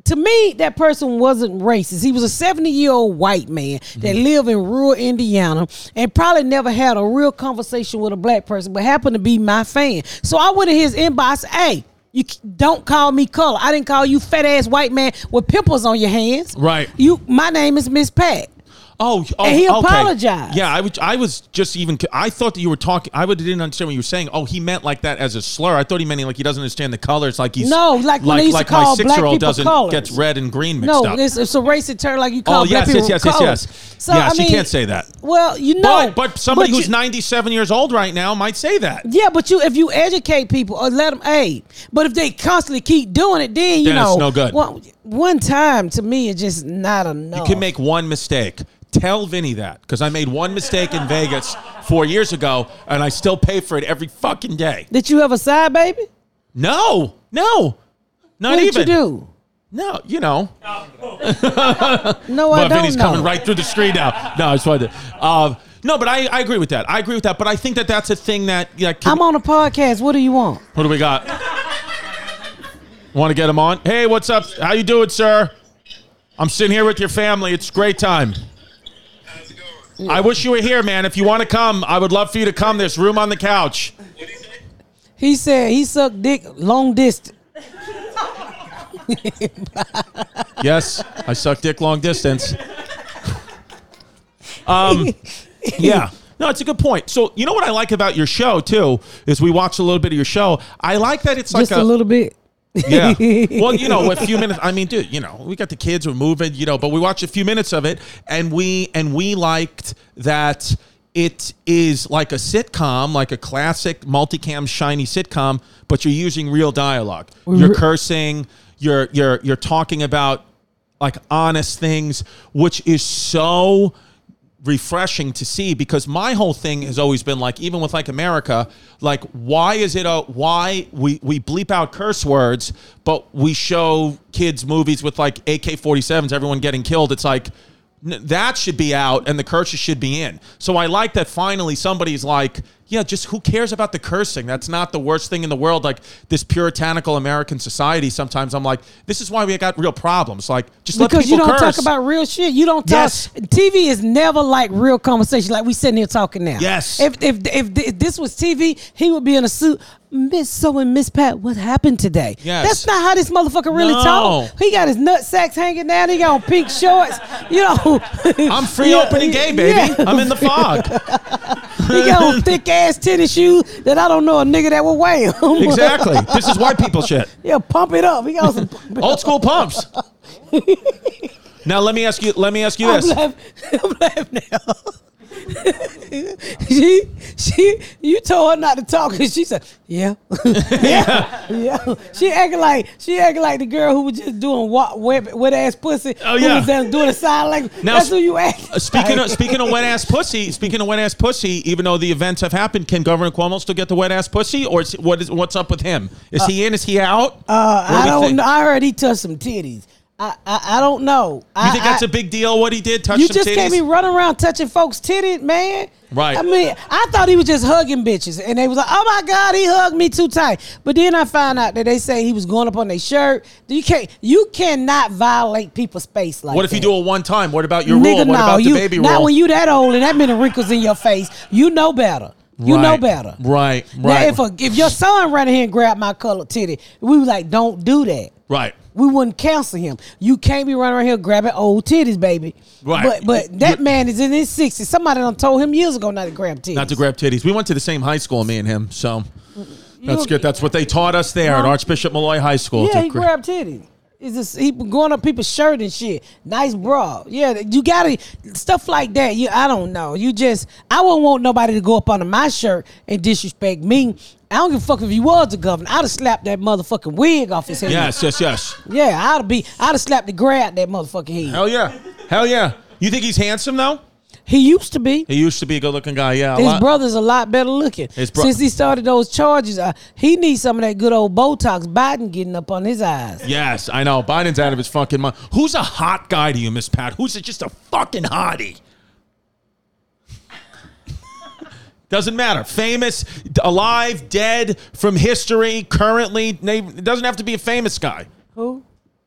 to me, that person wasn't racist. He was a 70 year old white man that Mm-hmm. lived in rural Indiana and probably never had a real conversation with a black person, but happened to be my fan. So I went in his inbox, hey, you c- don't call me color. I didn't call you fat ass white man with pimples on your hands. Right. You, my name is Miss Pat. Oh, oh, And he okay. apologized. Yeah, I was, I was just even. I thought that you were talking. I would didn't understand what you were saying. Oh, he meant like that as a slur. I thought he meant like he doesn't understand the colors. Like he's No, like when they used to my call black six year old people doesn't colors. gets red and green mixed No, up. it's, it's a racist term like you oh call black yes, people yes, yes, yes, colors. yes. So yes, I mean, you can't say that. Well, you know, But but somebody but who's you- ninety seven years old right now might say that. Yeah, but you if you educate people or let them aid, but if they constantly keep doing it, then you Then it's know no good. One, one time to me is just not enough. You can make one mistake. Tell Vinny that because I made one mistake in Vegas four years ago, and I still pay for it every fucking day. Did you have a side baby? No, no, not what did even. you do? No, you know. No, I But don't Vinny's know. coming right through the screen now. No, I just wanted to. Um, no, but I, I agree with that. I agree with that. But I think that that's a thing that yeah. Can, I'm on a podcast. What do you want? what do we got? Want to get him on? Hey, what's up? How you doing, sir? I'm sitting here with your family. It's a great time. How's it going? I wish you were here, man. If you want to come, I would love for you to come. There's room on the couch. What do you say? He said he sucked dick long distance. Yes, I suck dick long distance. Um, yeah. No, it's a good point. So you know what I like about your show too is we watch a little bit of your show. I like that it's like just a, little bit. Yeah. Well, you know, a few minutes. I mean, dude, you know, we got the kids, we're moving, you know, but we watched a few minutes of it, and we and we liked that it is like a sitcom, like a classic multicam shiny sitcom, but you're using real dialogue. You're cursing. You're you're you're talking about like honest things, which is so refreshing to see because my whole thing has always been like even with like America like why is it a why we we bleep out curse words but we show kids movies with like AK47s everyone getting killed it's like n- that should be out and the curses should be in so I like that finally somebody's like yeah just who cares about the cursing that's not the worst thing in the world like this puritanical American society sometimes I'm like this is why we got real problems like just let Because you people don't curse talk about real shit. You don't talk. Yes. TV is never like real conversation. Like we sitting here talking now. Yes. If if if, if this was TV, he would be in a suit. Miss So and Miss Pat, what happened today? Yes. That's not how this motherfucker really No. talk. He got his nut sacks hanging down. He got on pink shorts. You know. I'm free Yeah, open and gay, baby. yeah. I'm in the fog. he got on thick ass tennis shoes that I don't know a nigga that will wear them. Exactly. This is white people shit. yeah, pump it up. He got some. Old school pumps. Now let me ask you. Let me ask you I'm this. laughing. I'm laughing now. she, she, you told her not to talk, and she said, "Yeah, yeah, yeah." She acting like she acting like the girl who was just doing what wet, wet ass pussy. Oh, who yeah. was just doing a sign like Now, that's sp- who you act. Uh, Speaking of speaking of wet ass pussy. Speaking of wet ass pussy. Even though the events have happened, can Governor Cuomo still get the wet ass pussy, or is, what is what's up with him? Is he in? Is he out? What Uh, do I we don't. think? know. I heard he touched some titties. I, I, I don't know. You I think that's I- a big deal? What he did? Touch You some just titties? can't be running around touching folks' titties, man. Right. I mean, I thought he was just hugging bitches, and they was like, "Oh my God, he hugged me too tight." But then I found out that they say he was going up on their shirt. You can't, you cannot violate people's space like. what if you that. do it one time? What about your Nigga, rule? What no, about the you, baby not rule? when you that old and that many wrinkles in your face. You know better. You know Right. better. Right. Now, Right. if a, if your son ran in here and grabbed my colored titty, we was like, "Don't do that." right. we wouldn't counsel him. You can't be running around here grabbing old titties, baby. Right. But but that man is in his sixties. Somebody done told him years ago not to grab titties. Not to grab titties. We went to the same high school, me and him. So that's You- good. That's what they taught us there at Archbishop Malloy High School. Yeah, to he gra- grabbed titties. Is this he going up people's shirt and shit? Nice bra. Yeah, you gotta stuff like that. You I don't know. You just I wouldn't want nobody to go up under my shirt and disrespect me. I don't give a fuck if you was the governor. I'd have slapped that motherfucking wig off his head. Yes, yes, yes. Yeah, I'd have be I'd have slapped the gray out that motherfucking head. Hell yeah. Hell yeah. You think he's handsome though? He used to be. He used to be a good looking guy, yeah. a His lot- brother's a lot better looking. His bro- Since he started those charges, uh, he needs some of that good old Botox. Biden getting up on his eyes. Yes, I know. Biden's out of his fucking mind. Who's a hot guy to you, Miss Pat? Who's a- just a fucking hottie? Doesn't matter. Famous, d- alive, dead, from history, currently. na- It doesn't have to be a famous guy. Who?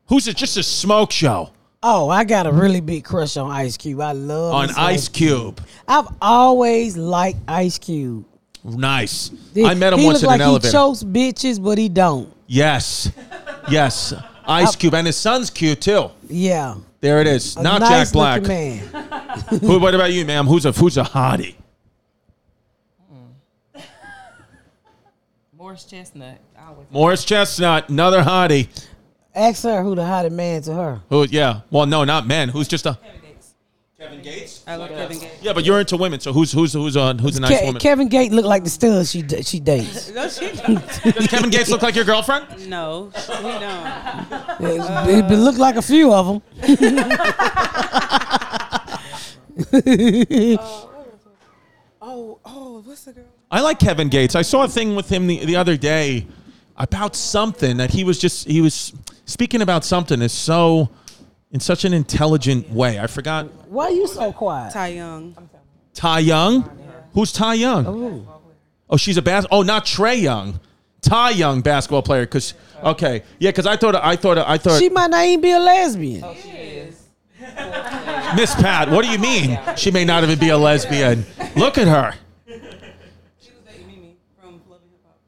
Who's it? Just a smoke show Oh, I got a really big crush on Ice Cube. I love on this guy. Ice Cube. I've always liked Ice Cube. Nice. He- I met him he once look in like an elevator. He chokes bitches, but he don't. yes, yes. Ice Cube and his son's cute too. Yeah, There it is. A Not nice Jack Black. looking man. Who, what about you, ma'am? Who's a who's a hottie? Morris Chestnut. I always Morris Chestnut, another hottie. Ask her who the hottest man to her. Who? Yeah. Well, no, not men. Who's just a Kevin Gates. Kevin Gates? I love Kevin Gates. Yeah, but you're into women, so who's who's who's on who's a nice Ke- woman? Kevin Gate looked like the stud she d- she dates. No, she don't. Does Kevin Gates look like your girlfriend? no, she don't. It, it looked like a few of them. Oh, oh, what's the girl? I like Kevin Gates. I saw a thing with him the, the other day about something that he was just he was speaking about something is so in such an intelligent way. I forgot Why you so quiet? Ty Young. Ty Young. Who's Ty Young? Oh, she's a bas. Oh, not Trey Young. Ty Young basketball player. Because okay, yeah. Because I thought I thought I thought She might not even be a lesbian. she is. Miss Pat. What do you mean? She may not even be a lesbian. Look at her. She was dating Mimi from Love and Hip Hop.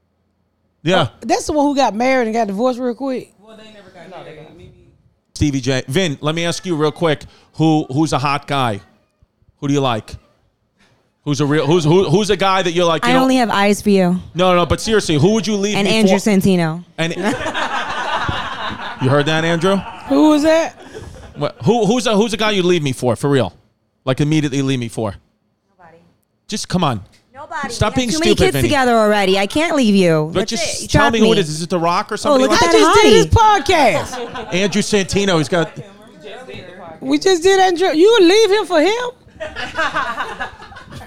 Yeah. That's the one who got married and got divorced real quick. Well, they never got married. Mimi. Stevie J. Vin, let me ask you real quick. Who who's a hot guy? Who do you like? Who's a real who's who, who's a guy that you're like? You I know- only have eyes for you no no. But seriously, who would you leave? and before- Andrew Santino. And you heard that, Andrew? Who was that? What, who who's a who's a guy you'd leave me for? For real, like immediately leave me for? Nobody. Just come on. Nobody. Stop We being have too stupid, many kids Vinny. together already. I can't leave you. But That's just it. tell Drop me, who it is. Is it The Rock or something? look like at I that? just That did this hottie. podcast. Andrew Santino. He's got. Just did the podcast. We just did Andrew. You would leave him for him?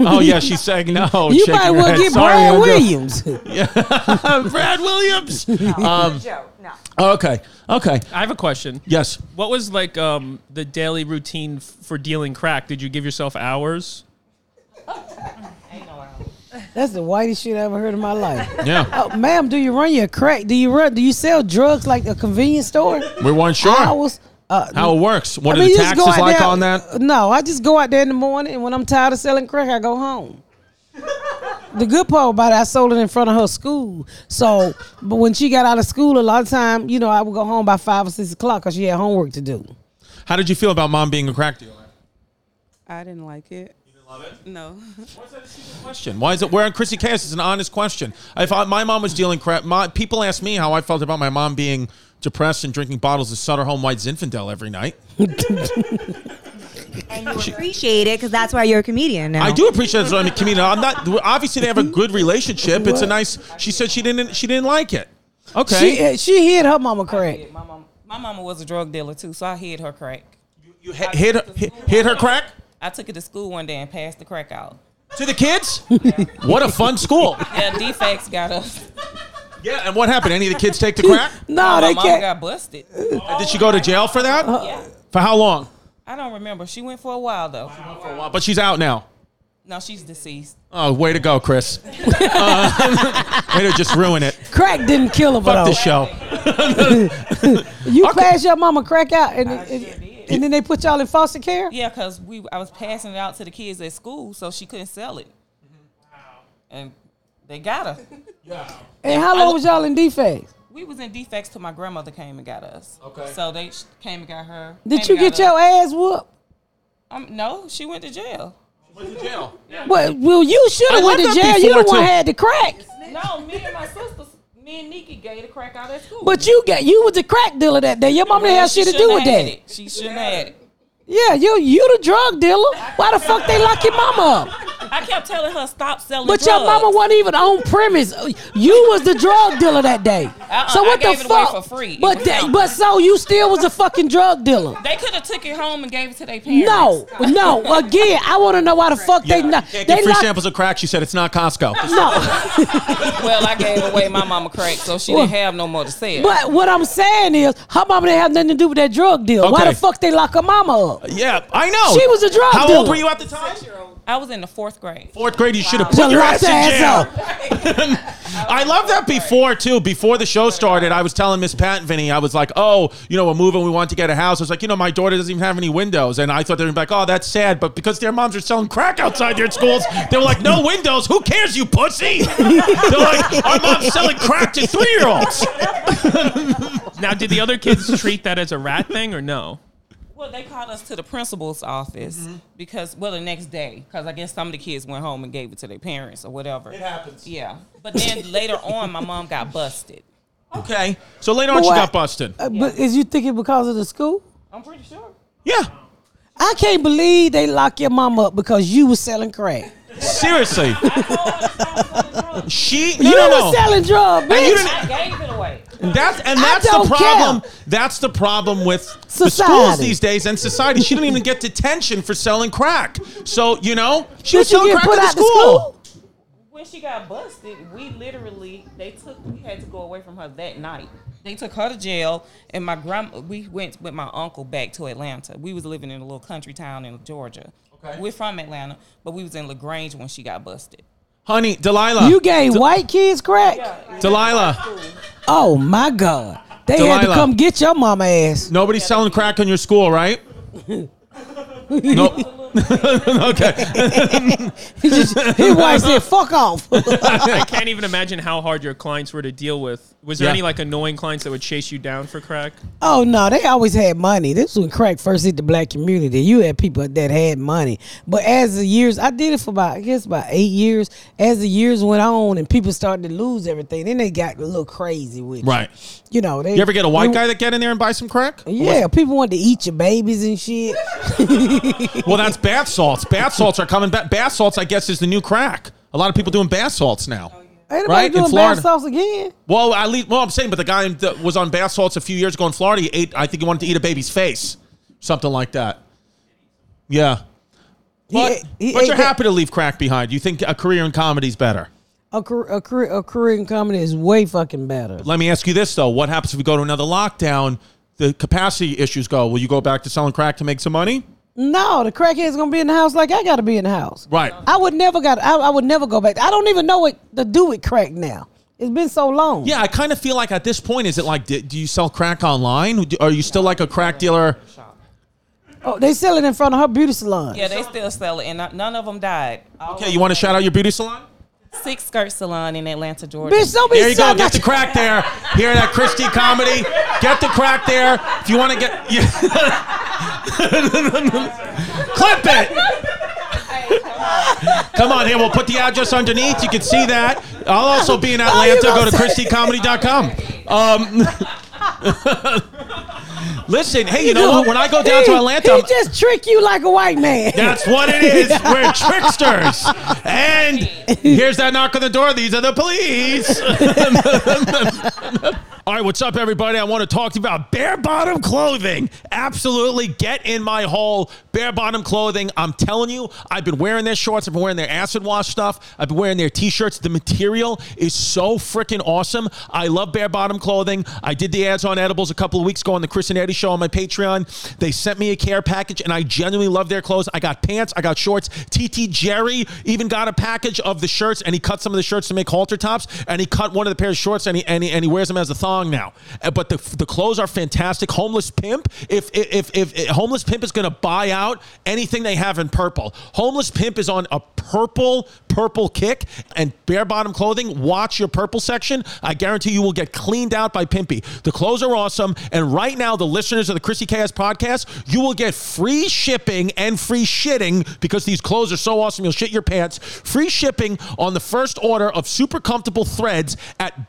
Oh yeah, she's saying no. You shaking might her well head. get Sorry, Brian Andrew. Williams. Brad Williams. Joe, no. Okay. Okay. I have a question. Yes. What was like um, the daily routine f- for dealing crack? Did you give yourself hours? Ain't no hours. That's the whitest shit I ever heard in my life. Yeah. Oh, ma'am, do you run your crack? Do you run? Do you sell drugs like a convenience store? We weren't sure Oh. Hours. Uh, how it works. What I mean, are you the just go taxes out like there- on that? No, I just go out there in the morning, and when I'm tired of selling crack, I go home. the good part about it, I sold it in front of her school. So, but when she got out of school, a lot of time, you know, I would go home by five or six o'clock because she had homework to do. How did you feel about mom being a crack dealer? I didn't like it. You didn't love it? No. Question. Why is it? We're on Chrissy Cass. It's an honest question. If I, my mom was dealing crack, my, people ask me how I felt about my mom being depressed and drinking bottles of Sutterholm White Zinfandel every night. And you appreciate it because that's why you're a comedian now. I do appreciate that I'm a comedian. I'm not. Obviously, they have a good relationship. It's a nice. She said she didn't. She didn't like it. Okay. She eh, she hid her mama crack. My mom, my mama was a drug dealer too, so I hid her crack. you hit, hit, her, hit, hit her crack I took it to school one day and passed the crack out. to the kids. What a fun school. Yeah, defects got us. Yeah. And what happened? Any of the kids take the crack? No, my they Oh, mama can't. got busted. Did she go to jail for that? Yeah, For how long? Uh, I don't remember. She went for a while though. But she's out now. No, she's deceased. Oh, way to go, Chris. Uh, way to just ruin it. Crack didn't kill her, Fuck but this show. you pass your mama crack out, and, and, sure did. and then they put y'all in foster care. Yeah, cause we I was passing it out to the kids at school, so she couldn't sell it. And they got her. And how long was y'all in defect? We was in defects till my grandmother came and got us. Okay. So they sh- came and got her. Did came you and got get your us. ass whooped? Um, no, she went to jail. Well, well, you should I have went to left that jail. You before, the one too. had the crack, No, me and my sisters, me and Nikki gave the crack out at school. but you got you was the crack dealer that day. Your mom didn't have She shit to do shouldn't with had that. it. She shouldn't have had it. Yeah, you you the drug dealer. Why the fuck they lock your mama up? I kept telling her stop selling. But drugs. your mama wasn't even on premise. You was the drug dealer that day. so Uh-uh, I what gave the it away fuck? for free. It But was that- something. but so you still was a fucking drug dealer. They could have took it home and gave it to their parents. No, no. Again, I want to know why the fuck Yeah, they you not. can't They get free lock- samples of crack. She said it's not Costco. no. Well, I gave away my mama crack, so she didn't have no more to sell. But what I'm saying is, her mama didn't have nothing to do with that drug deal. Why Okay. the fuck they lock her mama up? Yeah, I know. She was a drug How old dealer. were you at the time? I was in the fourth grade. Fourth grade. You should have Just put your ass locked in her ass jail. up. I love that before too. Before the show started, I was telling Miss Pat and Vinny, I was like, "Oh, you know, we're moving. We want to get a house." I was like, "You know, my daughter doesn't even have any windows," and I thought they were like, "Oh, that's sad," but because their moms are selling crack outside their schools, they were like, "No windows. Who cares, you pussy?" They're like, "Our mom's selling crack to three-year-olds." Now, did the other kids treat that as a rat thing or no? Well, they called us to the principal's office because, well, the next day, because I guess some of the kids went home and gave it to their parents or whatever. It happens. Yeah. But then later on, my mom got busted. Okay. So later on, she What? got busted. Uh, But is you thinking because of the school? I'm pretty sure. Yeah. I can't believe they lock your mom up because you was selling crack. Seriously. I told her I was on drugs. She. you No, no, no. was selling drugs, And you bitch. didn't- I gave it away. That's and I that's the don't problem. care. That's the problem with the Society. schools these days and society. She didn't even get detention for selling crack. So you know she was Did you selling get crack put at the out school. the school? When she got busted, we literally they took we had to go away from her that night. They took her to jail, and my grandma. We went with my uncle back to Atlanta. We was living in a little country town in Georgia. Okay. We're from Atlanta, but we was in Lagrange when she got busted. Honey, Delilah. You gave white kids crack? Delilah. Oh my God. They had to Delilah. come get your mama ass. Nobody's selling crack on your school, right? nope. okay. His wife said, fuck off. I can't even imagine how hard your clients were to deal with. Was there Yeah. any like annoying clients that would chase you down for crack? oh no, they always had money. This was when crack first hit the black community. You had people that had money. But as the years, I did it for about, I guess about eight years. As the years went on and people started to lose everything, then they got a little crazy with it. Right. You know, they. You ever get a white guy that get in there and buy some crack? Yeah, people wanted to eat your babies and shit. Well, that's bath salts. Bath salts are coming back. Bath salts, I guess, is the new crack. A lot of people doing bath salts now. Ain't nobody Right, in doing Florida. bath sauce again. Well, I least, well, I'm saying, but the guy that was on bath salts a few years ago in Florida, he ate. I think he wanted to eat a baby's face, something like that. Yeah. But, ate- he but ate you're that- happy to leave crack behind. You think a career in comedy's better. A, Kor- a, Kor- a Korean comedy is way fucking better. Let me ask you this though: What happens if we go to another lockdown? The capacity issues go. Will you go back to selling crack to make some money? No, the crackhead's gonna be in the house like I gotta be in the house. Right. I would never got. I, I would never go back. I don't even know what to do with crack now. It's been so long. Yeah, I kind of feel like at this point, is it like, do, do you sell crack online? Do- Are you still like a crack dealer? Oh, they sell it in front of her beauty salon. Yeah, they still sell it, and not- none of them died. Okay, you want to shout out your beauty salon? Six Skirt Salon in Atlanta, Georgia. Bitch, don't be There you go. selling Get that- the crack there. Here at Christie Comedy. Get the crack there. If you want to get. Yeah. Clip it. Come on here. We'll put the address underneath. You can see that. I'll also be in Oh, you Atlanta. Go gonna to say- ChristieComedy.com. Um, listen, hey, you know what? When I go down to He- Atlanta, he I'm- just trick you like a white man. that's what it is. We're tricksters. And here's that knock on the door. These are the police. All right, what's up, everybody? I want to talk to you about bare bottom clothing. Absolutely, get in my hole. Bare bottom clothing. I'm telling you, I've been wearing their shorts. I've been wearing their acid wash stuff. I've been wearing their t-shirts. The material is so freaking awesome. I love bare bottom clothing. I did the ads on edibles a couple of weeks ago on the Chris and Eddie show on my Patreon. They sent me a care package, and I genuinely love their clothes. I got pants. I got shorts. TT Jerry even got a package of the shirts, and he cut some of the shirts to make halter tops, and he cut one of the pair of shorts, and he and he, and he wears them as a thong now. Uh, But the the clothes are fantastic. Homeless pimp, if if if, if homeless pimp is going to buy out anything they have in purple, homeless pimp is on a purple purple kick. And bare bottom clothing, watch your purple section. I guarantee you will get cleaned out by Pimpy. The clothes are awesome, and right now the listeners of the Chrissy KS podcast, you will get free shipping and free shitting because these clothes are so awesome you'll shit your pants. Free shipping on the first order of super comfortable threads at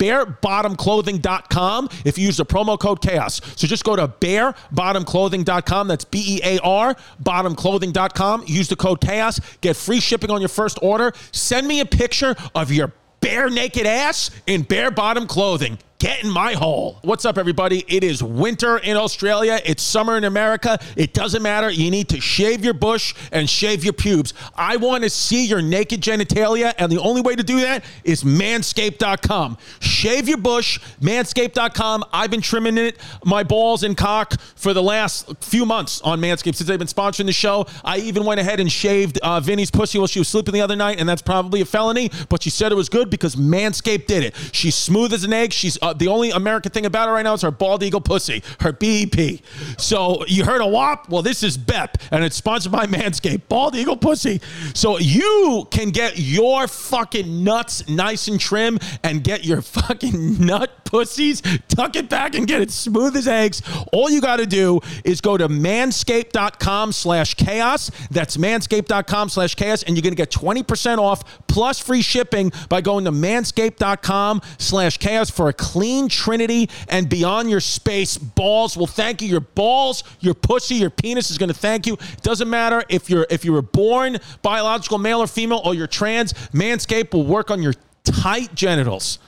barebottomclothing.com if you use the promo code chaos. So just go to barebottomclothing.com. That's B E A R bottomclothing.com. Use the code chaos. Get free shipping on your first order. Send me a picture of your bare naked ass in bare bottom clothing. Get in my hole. What's up, everybody? It is winter in Australia. It's summer in America. It doesn't matter. You need to shave your bush and shave your pubes. I want to see your naked genitalia, and the only way to do that is manscaped.com. Shave your bush, manscaped.com. I've been trimming it, my balls and cock for the last few months on Manscaped since they've been sponsoring the show. I even went ahead and shaved uh, Vinny's pussy while she was sleeping the other night, and that's probably a felony, but she said it was good because Manscaped did it. She's smooth as an egg. She's uh, uh, the only American thing about her right now is her bald eagle pussy, her BEP. So you heard a WAP? Well, this is BEP, and it's sponsored by Manscaped, bald eagle pussy. So you can get your fucking nuts nice and trim and get your fucking nut pussies, tuck it back and get it smooth as eggs. All you got to do is go to manscaped.com slash chaos. That's manscaped.com slash chaos. And you're going to get 20% off plus free shipping by going to manscaped.com slash chaos for a clean trinity and beyond your space. Balls will thank you. Your balls, your pussy, your penis is going to thank you. It doesn't matter if you're, if you were born biological male or female or you're trans, Manscaped will work on your tight genitals.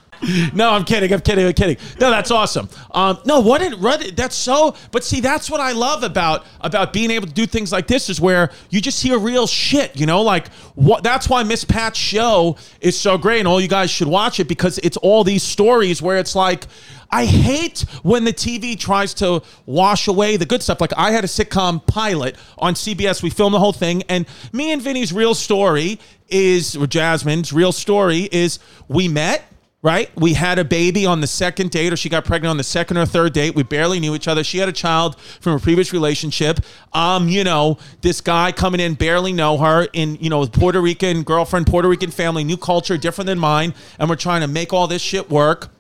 No, I'm kidding. I'm kidding. I'm kidding. No, that's awesome. Um, no, what it, what it- that's so. But see, that's what I love about about being able to do things like this is where you just hear real shit. You know, like what. That's why Miss Pat's show is so great, and all you guys should watch it because it's all these stories where it's like. I hate when the TV tries to wash away the good stuff. Like I had a sitcom pilot on CBS. We filmed the whole thing, and me and Vinny's real story is or Jasmine's real story is we met right? We had a baby on the second date, or she got pregnant on the second or third date. We barely knew each other. She had a child from a previous relationship. Um, you know, this guy coming in, barely know her, in you know, Puerto Rican girlfriend, Puerto Rican family, new culture, different than mine, and we're trying to make all this shit work.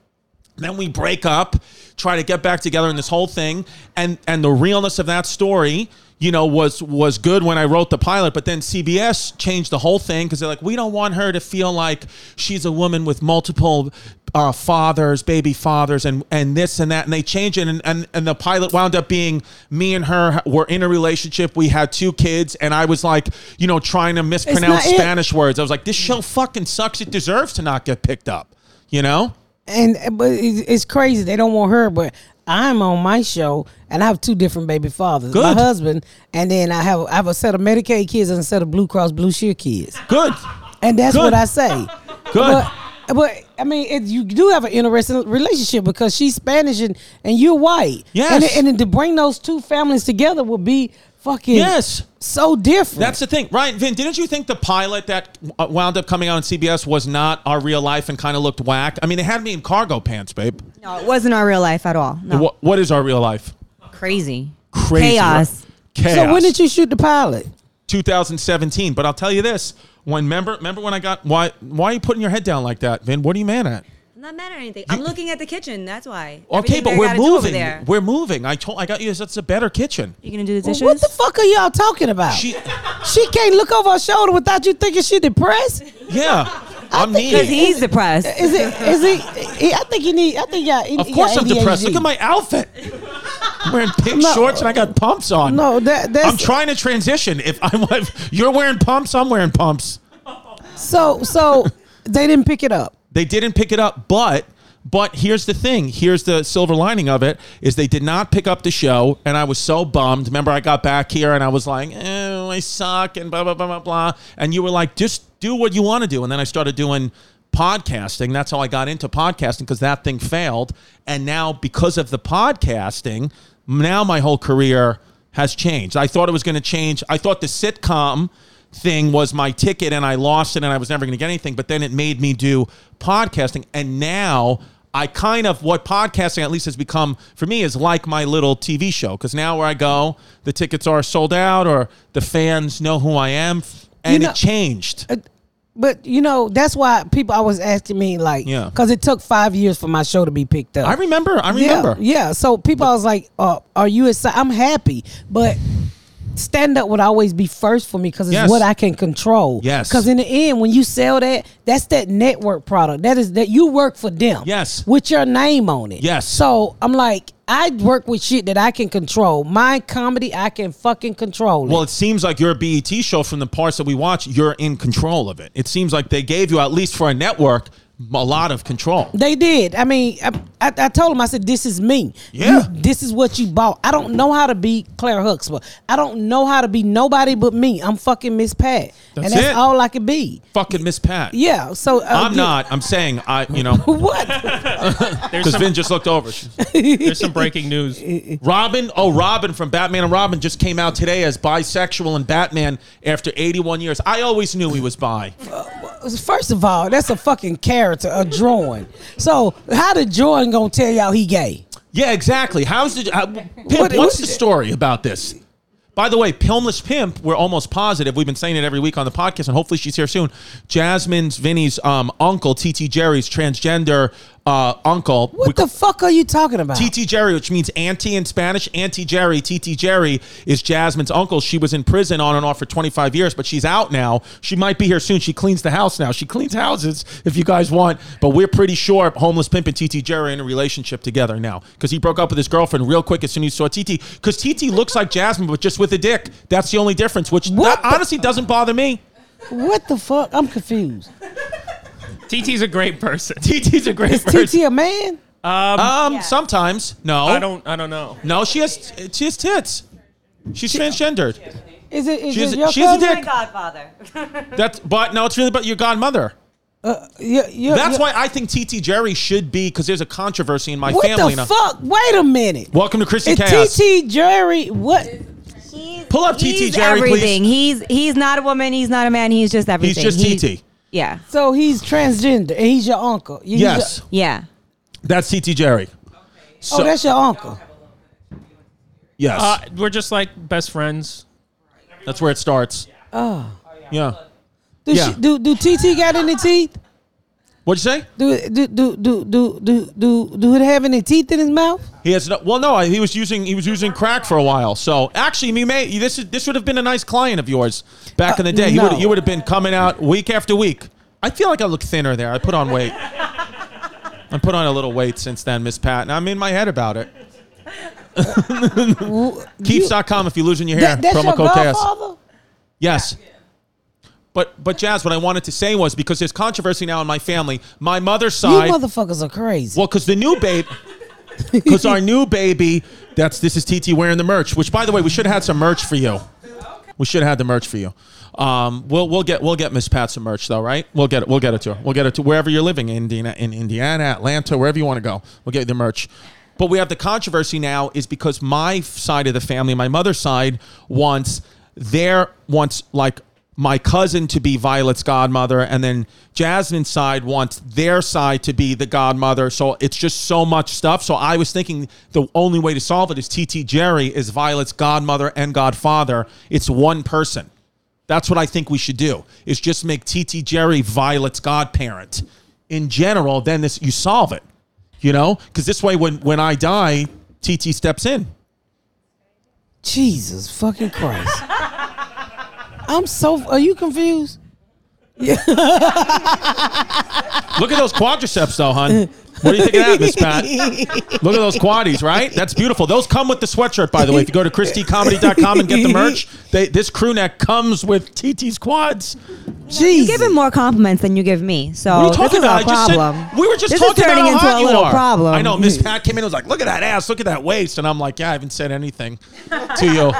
Then we break up, try to get back together in this whole thing, and and the realness of that story, you know, was was good when I wrote the pilot. But then CBS changed the whole thing because they're like, we don't want her to feel like she's a woman with multiple uh, fathers, baby fathers, and and this and that, and they changed it, and, and and the pilot wound up being me and her were in a relationship. We had two kids, and I was like, you know, trying to mispronounce it. Spanish words. I was like, this show fucking sucks. It deserves to not get picked up. You know. and eh, but it's it's crazy they don't want her but i'm on my show and i have two different baby fathers my Good. husband and then i have i have a set of medicaid kids and a set of blue cross blue shield kids Good. and that's Good. what i say Good. but but I mean, it, you do have an interesting relationship because she's Spanish and, and you're white. Yes. And, and to bring those two families together would be fucking yes. so different. That's the thing. Ryan, Vin, didn't you think the pilot that uh, wound up coming out on CBS was not our real life and kind of looked whack? I mean, they had me in cargo pants, babe. No, it wasn't our real life at all. No, What, what is our real life? crazy. Crazy. Chaos. Chaos. so when did you shoot the pilot? 2017. But I'll tell you this. When remember remember when I got why why are you putting your head down like that, Vin? What are you mad at? I'm not mad at anything. I'm looking at the kitchen. That's why. Okay, Everything but I we're gotta do over moving. there. We're moving. I told I got you. That's a better kitchen. You gonna do the Well, dishes? what the fuck are y'all talking about? She, She can't look over her shoulder without you thinking she depressed. yeah, I'm think Because needy. he's depressed. Is it? Is he? he- I think he need. I think yeah. Of course, I'm depressed. Look at my outfit. I'm wearing pink No. shorts and I got pumps on. No, that that's I'm trying to transition. If I'm, if you're wearing pumps, I'm wearing pumps. so so. They didn't pick it up. They didn't pick it up, but but here's the thing. Here's the silver lining of it is they did not pick up the show, and I was so bummed. Remember, I got back here and I was like, "Oh, I suck," and blah blah blah blah blah. And you were like, "Just do what you want to do." And then I started doing podcasting. That's how I got into podcasting because that thing failed, and now because of the podcasting, now my whole career has changed. I thought it was going to change. I thought the sitcom thing was my ticket and I lost it and I was never going to get anything. But then it made me do podcasting. And now I kind of, what podcasting at least has become for me is like my little TV show. Because now where I go, the tickets are sold out or the fans know who I am. And You know- it changed. Uh, But you know that's why people always asking me like, Yeah. because it took five years for my show to be picked up. I remember. I remember. Yeah, yeah. So people always like, uh, "Are you excited?" I'm happy, but stand up would always be first for me because it's Yes. what I can control. Yes. Because in the end, when you sell that, that's that network product. That is that you work for them. Yes. With your name on it. Yes. So I'm like, I work with shit that I can control. My comedy, I can fucking control. Well, it. it seems like your BET show from the parts that we watch, you're in control of it. It seems like they gave you, at least for a network, a lot of control. They did. I mean, I, I, I told him. I said, "This is me. Yeah. You- this is what you bought. I don't know how to be Claire Huxtable. I don't know how to be nobody but me. I'm fucking Miss Pat, That's and that's it. all I can be. Fucking Miss Pat. Yeah. So uh, I'm yeah. not. I'm saying I, you know, What? There's because some, Vin just looked over. there's some breaking news. Robin, oh Robin from Batman and Robin just came out today as bisexual in Batman after 81 years. I always knew he was bi. First of all, that's a fucking character, a drawing. So how the drawing gonna tell y'all he gay? Yeah, exactly. How's the how, Pimp? What- what's what- the story about this? By the way, Pilmless Pimp, we're almost positive. We've been saying it every week on the podcast, and hopefully she's here soon. Jasmine's Vinny's um, uncle, TT Jerry's transgender uh, uncle. What We- the fuck are you talking about? TT Jerry, which means auntie in Spanish. Auntie Jerry, TT Jerry is Jasmine's uncle. She was in prison on and off for 25 years, but she's out now. She might be here soon. She cleans the house now. She cleans houses if you guys want, but we're pretty sure homeless pimp and TT Jerry are in a relationship together now because he broke up with his girlfriend real quick as soon as he saw TT. Because TT looks like Jasmine, but just with a dick. That's the only difference, which What not- the- honestly doesn't bother me. What the fuck? I'm confused. TT's a great person. TT's a great Is person. TT a man? Um, Yeah. sometimes no. I don't. I don't know. No, she has she has tits. She's transgendered. Is it? Is She's- it your she's a cousin? dick. My godfather. That's but no, it's really about your godmother. Uh, you- you- That's you- why I think TT Jerry should be because there's a controversy in my What family. the now. fuck? Wait a minute. Welcome to Christian Is Chaos. TT Jerry? What? He's- Pull up TT he's Jerry, please. everything. He's he's not a woman. He's not a man. He's just He's everything. just He- TT. Yeah. So he's transgender and he's your uncle. He's Yes, your- Yeah. that's TT Jerry. So, oh, that's your uncle. yes, Uh, we're just like best friends. that's where it starts. Oh. Yeah. Do, Yeah. she, do do TT got any teeth? What'd you say? Do do do do do do do do it have any teeth in his mouth? He has no. Well, no, he was using he was using crack for a while. So actually, you may this is this would have been a nice client of yours back in the day. You Uh, no. would you would have been coming out week after week. I feel like I look thinner there. I put on weight. I put on a little weight since then, Miss Pat, and I'm in my head about it. Keeps.com if you're losing your hair. That- that's promo your code chaos. godfather. Yes. But but Jazz, what I wanted to say was because there's controversy now in my family. My mother's You side. motherfuckers are crazy. Well, because the new babe, because our new baby, that's this is TT wearing the merch. Which, by the way, we should have had some merch for you. We should have had the merch for you. Um, we'll we'll get we'll get Miss Pat some merch though, right? We'll get it. We'll get it to her. We'll get it to wherever you're living in Indiana, in Indiana, Atlanta, wherever you want to go. We'll get you the merch. But we have the controversy now is because my side of the family, my mother's side, wants their wants like my cousin to be Violet's godmother, and then Jasmine's side wants their side to be the godmother. So it's just so much stuff. So I was thinking the only way to solve it is TT Jerry is Violet's godmother and godfather. It's one person. That's what I think we should do. Is just make TT Jerry Violet's godparent. In general, then this you solve it. You know, because this way, when when I die, TT steps in. Jesus fucking Christ. I'm so. Are you confused? Look at those quadriceps, though, hun. What do you think of that, Miss Pat? Look at those quaddies, right? That's beautiful. Those come with the sweatshirt, by the way. If you go to ChristieComedy.com and get the merch, they, this crew neck comes with TT's quads. You Jesus. give him more compliments than you give me. So What are you talking Oh, this is about? our I just said- problem. we were just this talking is turning about how hot into a you little are. problem. I know. Miss Pat came in and was like, "Look at that ass. Look at that waist," and I'm like, "Yeah, I haven't said anything to you."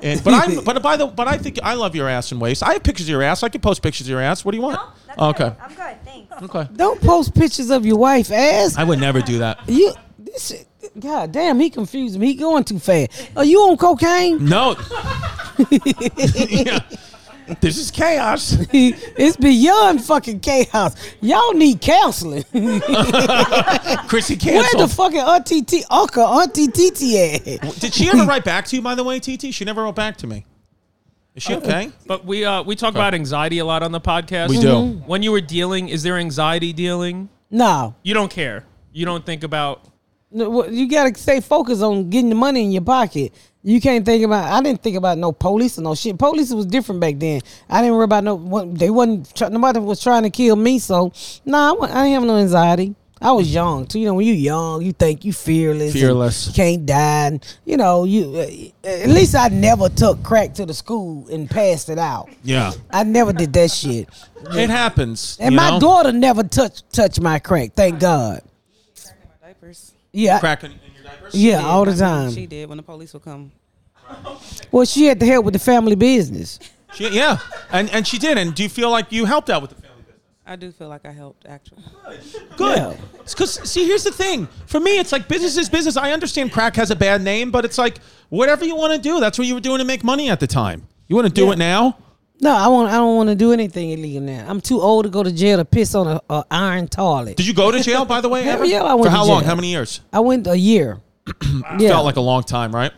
And, but I but by the but I think I love your ass and waist. I have pictures of your ass. I can post pictures of your ass. What do you want? okay. I'm good. Thanks. Okay. Don't post pictures of your wife ass. I would never do that. You this shit, God damn, he confused me. He going too fast. Are you on cocaine? No. Yeah. This is chaos. it's beyond fucking chaos. Y'all need counseling. Chrissy Where the canceled. fucking Auntie T Uncle Auntie TT at? Did she ever write back to you, by the way, TT? She never wrote back to me. Is she okay? But we uh, we talk about anxiety a lot on the podcast. Oh. We do. Mhm. When you were dealing, is there anxiety dealing? No. You don't care. You don't think about. No, well, You gotta stay focused on getting the money in your pocket. You can't think about. I didn't think about no police or no shit. Police was different back then. I didn't worry about no. one- They wasn't. try- Nobody was trying to kill me. So nah, I, wa- I didn't have no anxiety. I was young too. You know, when you young, you think you fearless. and Fearless. You can't die. And, you know, you. uh, At least I never took crack to the school and passed it out. Yeah. I never did that shit. It happens. And you my know? daughter never touched touched my crack. Thank God. Diapers. Yeah. Crack in, in your diapers? Yeah, all the I mean, time. She did when the police would come. Well, she had to help with the family business. She, yeah, and and she did. And do you feel like you helped out with the family business? I do feel like I helped, actually. Good. Because see, here's the thing. For me, it's like business is business. I understand crack has a bad name, but it's like whatever you want to do, that's what you were doing to make money at the time. You want to do Yeah. it now? No, I want. I don't want to do anything illegal now. I'm too old to go to jail to piss on a, a iron toilet. Did you go to jail, by the way? Hell ever? yeah, I went For to how long? jail. How many years? I went a year. yeah, Felt like a long time, right?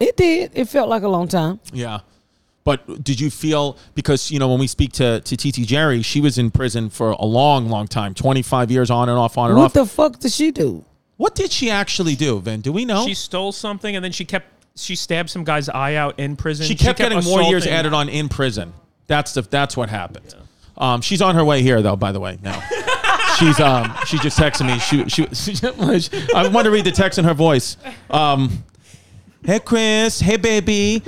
it did. It felt like a long time. Yeah. But did you feel because you know when we speak to to TT Jerry, she was in prison for a long, long time, twenty five years on and off, on and What off. the fuck did she do? what did she actually do, Vin? Do we know? She stole something and then she kept she stabbed some guy's eye out in prison. she kept getting more years assaulting- added on in prison. That's the that's what happened. Um, she's on her way here though, by the way. Now she's um she just texted me. She she, she I want to read the text in her voice. Um, hey Chris, hey baby,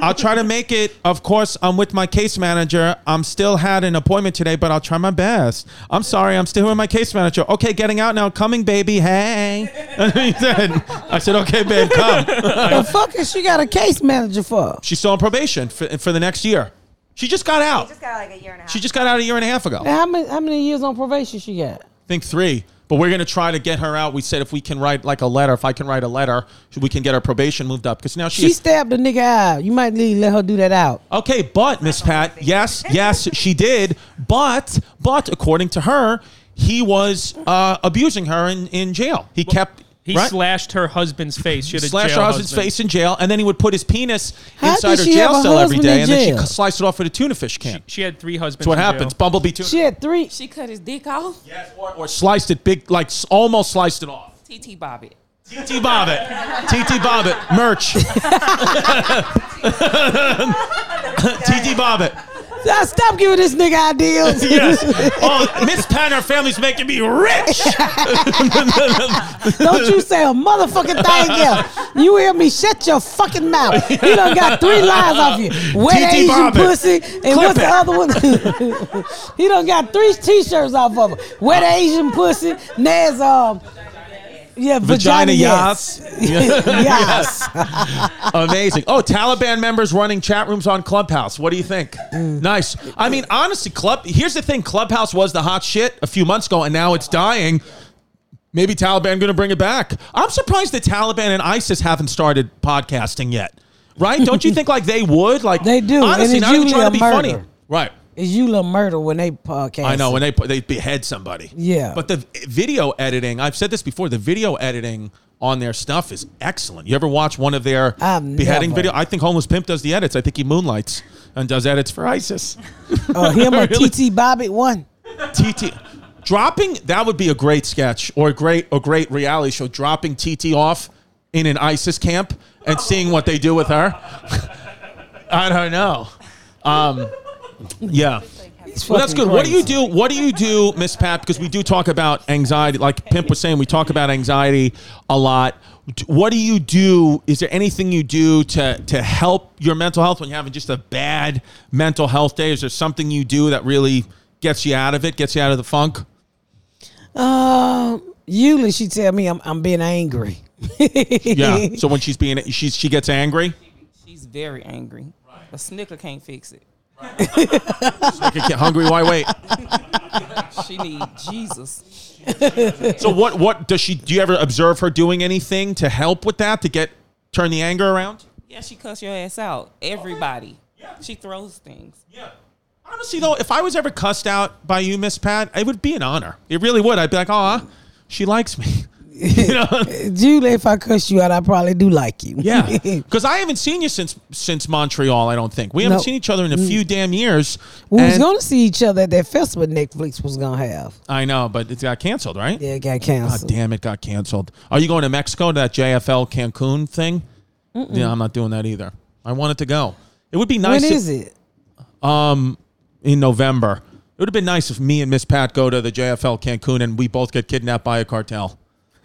I'll try to make it. Of course, I'm with my case manager. I'm still had an appointment today, but I'll try my best. I'm sorry, I'm still with my case manager. Okay, getting out now. Coming, baby. Hey. he said, I said, okay, babe, come. The fuck is she got a case manager for? She's still on probation for, for the next year. She just got out. Just got like a year and a half. She just got out a year and a half ago. I How many how many years on probation she got? think three. But we're gonna try to get her out. We said if we can write like a letter, if I can write a letter, we can get her probation moved up. Because now she She is, stabbed a nigga eye. You might need to let her do that out. okay. But Miss Pat, yes, yes, she did. But but according to her, he was uh, abusing her in, in jail. He kept He right? slashed her husband's face. She had a slash jail her husband's husband. face in jail, and then he would put his penis How inside did her she jail have a cell every husband day, in and then jail? she sliced it off with a tuna fish can. She had three husbands. That's what in jail. happens. Bumblebee tuna. She had three. She cut his dick off. Yes, or, or sliced it big, like s- almost sliced it off. TT Bobby. TT Bobbitt. TT Bobbitt. Merch. TT Bobbitt. Ah, Stop giving this nigga ideas. Yes. Oh, Miss Pat and her family's making me rich. Don't you say a motherfucking thing else. You hear me? Shut your fucking mouth. You done got three lies off you. Wet TT Asian Bobbitt. pussy. And what's it. the other one? he done got three t-shirts off of her. Wet Asian pussy. and There's um yeah, Vagina vagina, yes. yes. Amazing. Oh, Taliban members running chat rooms on Clubhouse. What do you think? Nice. I mean, honestly, Club. Here's the thing: Clubhouse was the hot shit a few months ago, and now it's dying. Maybe Taliban going to bring it back. I'm surprised the Taliban and ISIS haven't started podcasting yet. Right? Don't you think like they would? Like They do, and Honestly, it's not even usually trying a to be funny. murder. Right. Is you little murder when they uh, podcast? I know when they put- they behead somebody. Yeah. But the video editing, I've said this before, the video editing on their stuff is excellent. You ever watch one of their I've beheading Um, never. video? I think Homeless Pimp does the edits. I think he moonlights and does edits for ISIS. Uh, him or Really? TT Bobby one. TT dropping that would be a great sketch or a great a great reality show dropping TT off in an ISIS camp and seeing what they do with her. I don't know. Um, yeah. Well, that's good. fucking What do you do? What do you do, Miss Pat? Because we do talk about anxiety. Like Pimp was saying, we talk about anxiety a lot. D- What do you do? Is there anything you do to to help your mental health when you're having just a bad mental health day? Is there something you do that really gets you out of it, gets you out of the funk? Um, usually she tell me I'm I'm being angry. Yeah. so when she's being she's she gets angry, She's very angry. A snicker can't fix it. like a kid, hungry. Why wait? She need Jesus. So what what does she? Do you ever observe her doing anything to help with that to get turn the anger around? Yeah, she cuss your ass out. Everybody. She throws things. Yeah. Honestly, though, if I was ever cussed out by you, Miss Pat, it would be an honor. It really would. I'd be like, aw, she likes me. you know? Julie, if I cuss you out, I probably do like you. Yeah. Because I haven't seen you since since Montreal, I don't think. We haven't No. Mm. seen each other in a few damn years. we was And- gonna see each other at that festival Netflix was gonna have. I know, but it got canceled, right? Yeah, it got God canceled. damn, it got canceled. Are you going to Mexico to that JFL Cancun thing? Yeah, I'm not doing that either. I wanted to go. It would be nice When if- is it? in November. It would have been nice if me and Miss Pat go to the JFL Cancun and we both get kidnapped by a cartel,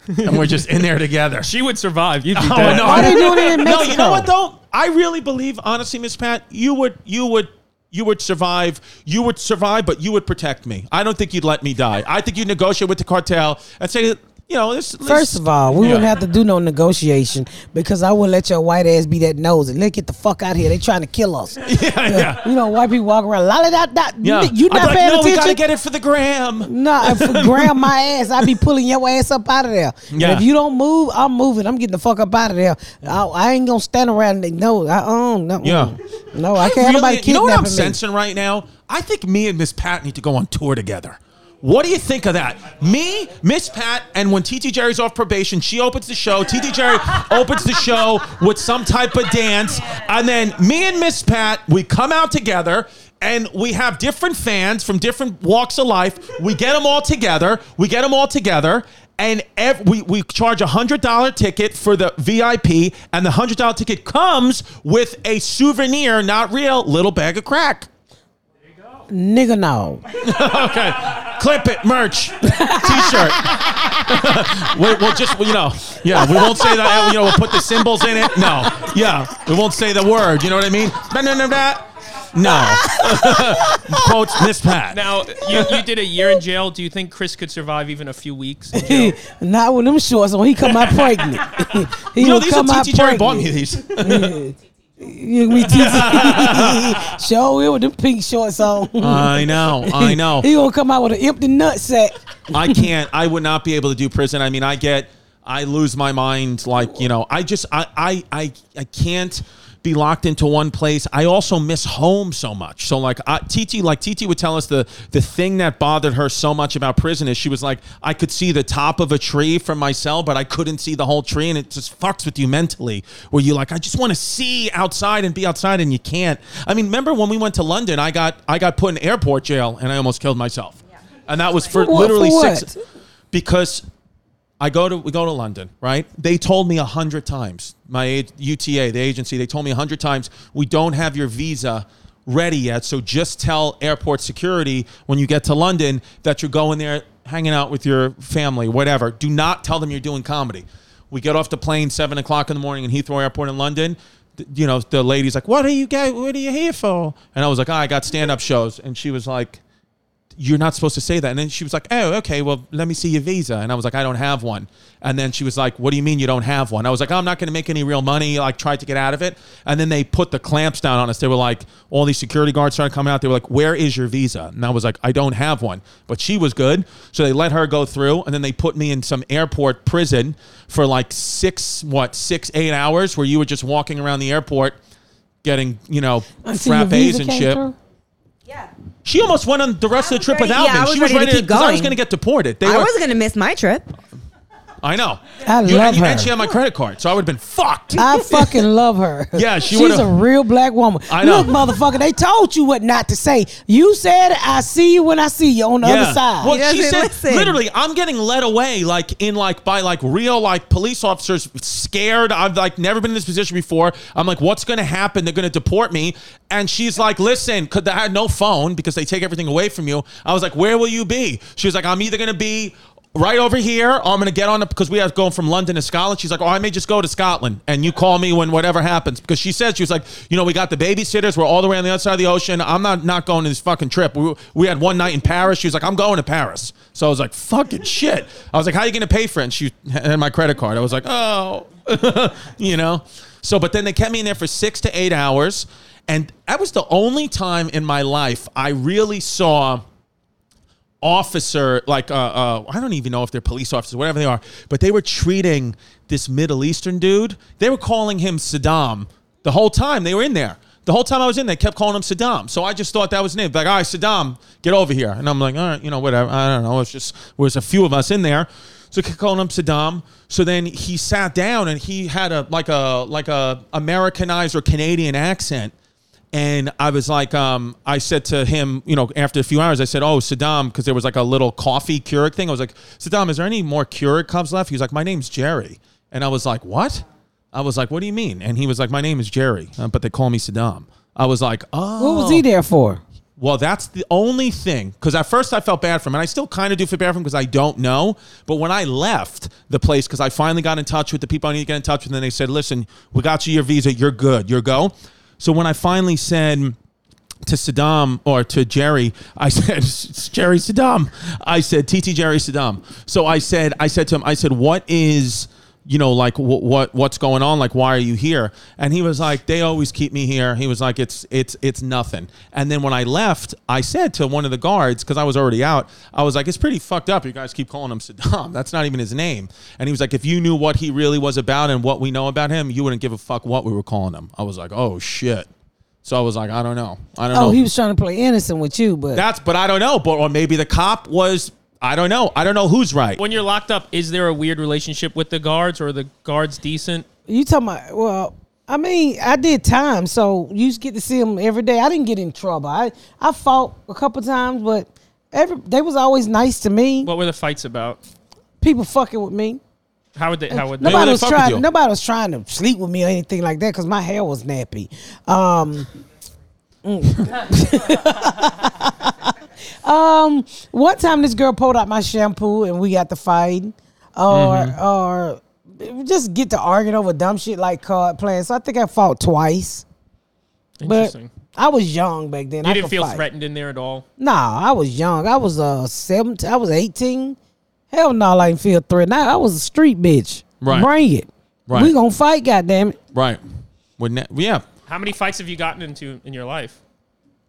and we're just in there together. She would survive. You'd be Oh, dead. no. Why they doing it No, in Mexico? you know what though? I really believe, honestly, Miss Pat, you would, you would, you would survive. You would survive, but you would protect me. I don't think you'd let me die. I think you'd negotiate with the cartel and say, you know, this First of all, we Yeah. wouldn't have to do no negotiation because I wouldn't let your white ass be that nosy. Let's get the fuck out of here. They trying to kill us. Uh, yeah, yeah. You know, white people walk around, la da da da. Yeah. You I'd not be like, paying no, we attention? gotta get it for the gram. Nah, if I grab my ass, I be pulling your ass up out of there. And Yeah. if you don't move, I'm moving. I'm getting the fuck up out of there. I, I ain't gonna stand around. And, no, I own. No, Yeah. no, Oh, I can't. really- nobody you know what I'm kidnapping me. sensing right now? I think me and Miss Pat need to go on tour together. What do you think of that? Me, Miss Pat, and when TT Jerry's off probation, she opens the show. TT Jerry opens the show with some type of dance. And then me and Miss Pat, we come out together and we have different fans from different walks of life. We get them all together. We get them all together. And ev- we, we charge a $100 ticket for the VIP, and the $100 ticket comes with a souvenir, not real, little bag of crack. Nigga, no. Okay. Clip it, merch, t-shirt. we, we'll just, you know, yeah, we won't say that. You know, we'll put the symbols in it. No, yeah, we won't say the word. You know what I mean? Ba-na-na-na. No. Quotes Miss Pat. Now you, you did a year in jail. Do you think Chris could survive even a few weeks? in jail? Not with them shorts on. He come out pregnant. he you know will these are come out TT Jerry bought pregnant. me these. You me TT. Show him with them pink shorts on. I know. I know. He gonna come out with an empty nut sack. I can't. I would not be able to do prison. I mean, I get, I lose my mind. Like you know, I just, I, I, I, I can't be locked into one place. I also miss home so much. So like, I, TT, like TT would tell us the the thing that bothered her so much about prison is she was like, I could see the top of a tree from my cell, but I couldn't see the whole tree, and it just fucks with you mentally. Where you like, I just want to see outside and be outside, and you can't. I mean, remember when we went to London? I got, I got put in airport jail, and I almost killed myself. And that was for For what- literally for six what? because I go to we go to London, right? They told me a hundred times my ag- UTA, the agency, they told me a hundred times we don't have your visa ready yet, so just tell airport security when you get to London that you're going there, hanging out with your family, whatever. Do not tell them you're doing comedy. We get off the plane seven o'clock in the morning in Heathrow Airport in London. Th- You know, the lady's like, "What are you guys? What are you here for?" And I was like, "Ah, "I got stand-up shows," and she was like you're not supposed to say that. And then she was like, oh, okay, well, let me see your visa. And I was like, I don't have one. And then she was like, what do you mean you don't have one? I was like, "Oh, I'm not going to make any real money. Like, tried to get out of it. And then they put the clamps down on us. They were like, all these security guards started coming out. They were like, where is your visa? And I was like, I don't have one. But she was good. So they let her go through. And then they put me in some airport prison for like six, what, six, eight hours where you were just walking around the airport getting, you know, Until Oh, your frappes visa and came shit. through. Yeah. She almost went on the rest I of the was trip ready- without yeah, I me. was She was ready ready to to keep 'cause I was going. going to get deported. They I were, was gonna miss my trip. I know. I You- love and, her. And she had my credit card, so I would have been fucked. I fucking love her. Yeah, she she's would've- a real black woman. I know. Look, motherfucker, they told you what not to say. You said, "I see you when I see you" on the other side. He Well, she doesn't said listen. literally, I'm getting led away, like in like by like real like police officers, scared. I've like never been in this position before. I'm like, what's going to happen? They're going to deport me. And she's like, listen, because I had no phone because they take everything away from you. I was like, where will you be? She was like, I'm either going to be. Right over here, I'm gonna get on it because we have going from London to Scotland. She's like, "Oh, I may just go to Scotland, and you call me when whatever happens." Because she said she was like, "You know, we got the babysitters. We're all the way on the other side of the ocean. I'm not not going to this fucking trip." We, we had one night in Paris. She was like, "I'm going to Paris." So I was like, "Fucking shit!" I was like, "How you gonna pay for it?" And she had my credit card. I was like, "Oh, you know." So, but then they kept me in there for six to eight hours, and that was the only time in my life I really saw officer, like uh, uh, I don't even know if they're police officers, whatever they are, but they were treating this Middle Eastern dude. They were calling him Saddam the whole time they were in there. The whole time I was in there, they kept calling him Saddam. So I just thought that was his name. Like, all right, Saddam, get over here. And I'm like, all right, you know, whatever. I don't know. It's just there was a few of us in there. So they kept calling him Saddam. So then he sat down and he had a like a like a Americanized or Canadian accent. And I was like, um, I said to him, you know, after a few hours, I said, "Oh, Saddam," because there was like a little coffee Keurig thing. I was like, "Saddam, is there any more Keurig cups left?" He was like, "My name's Jerry," and I was like, "What?" I was like, "What do you mean?" And he was like, "My name is Jerry, uh, but they call me Saddam." I was like, "Oh." what was he there for? Well, that's the only thing. Because at first I felt bad for him, and I still kind of do feel bad for him because I don't know. But when I left the place, because I finally got in touch with the people I need to get in touch with, and then they said, "Listen, we got you your visa. You're good. You're go." So when I finally said, to Saddam or to Jerry. I said, "It's Jerry Saddam. I said, TT Jerry Saddam. So I said, I said to him, I said, what is, you know, like wh- what what's going on? Like, why are you here? And he was like, they always keep me here. He was like, it's it's it's nothing. And then when I left, I said to one of the guards because I was already out. I was like, it's pretty fucked up. You guys keep calling him Saddam. That's not even his name. And he was like, if you knew what he really was about and what we know about him, you wouldn't give a fuck what we were calling him. I was like, oh shit. So I was like, I don't know. I don't know. Oh, he was trying to play innocent with you, but That's but I don't know. But or maybe the cop was. I don't know. I don't know who's right. When you're locked up, is there a weird relationship with the guards, or are the guards decent? you talking about? Well, I mean, I did time, so you just get to see him every day. I didn't get in trouble. I I fought a couple times, but every they was always nice to me. What were the fights about? People People, fucking with me. how would they? How would Maybe Nobody they was fuck with you. trying. Nobody was trying to sleep with me or anything like that because my hair was nappy. Um, mm. Um, one time this girl pulled out my shampoo and we got to fight, or Mm-hmm. or we just get to arguing over dumb shit like card playing. So I think I fought twice, they? but Interesting. I was young back then. You I didn't could feel fight. threatened in there at all. Nah, I was young. I was uh seventeen. I was eighteen. Hell no, I didn't feel threatened. I, I was a street bitch. Right. Bring it. Right. We gonna fight. Goddamn it. right. Wouldn't that- yeah. How many fights have you gotten into in your life?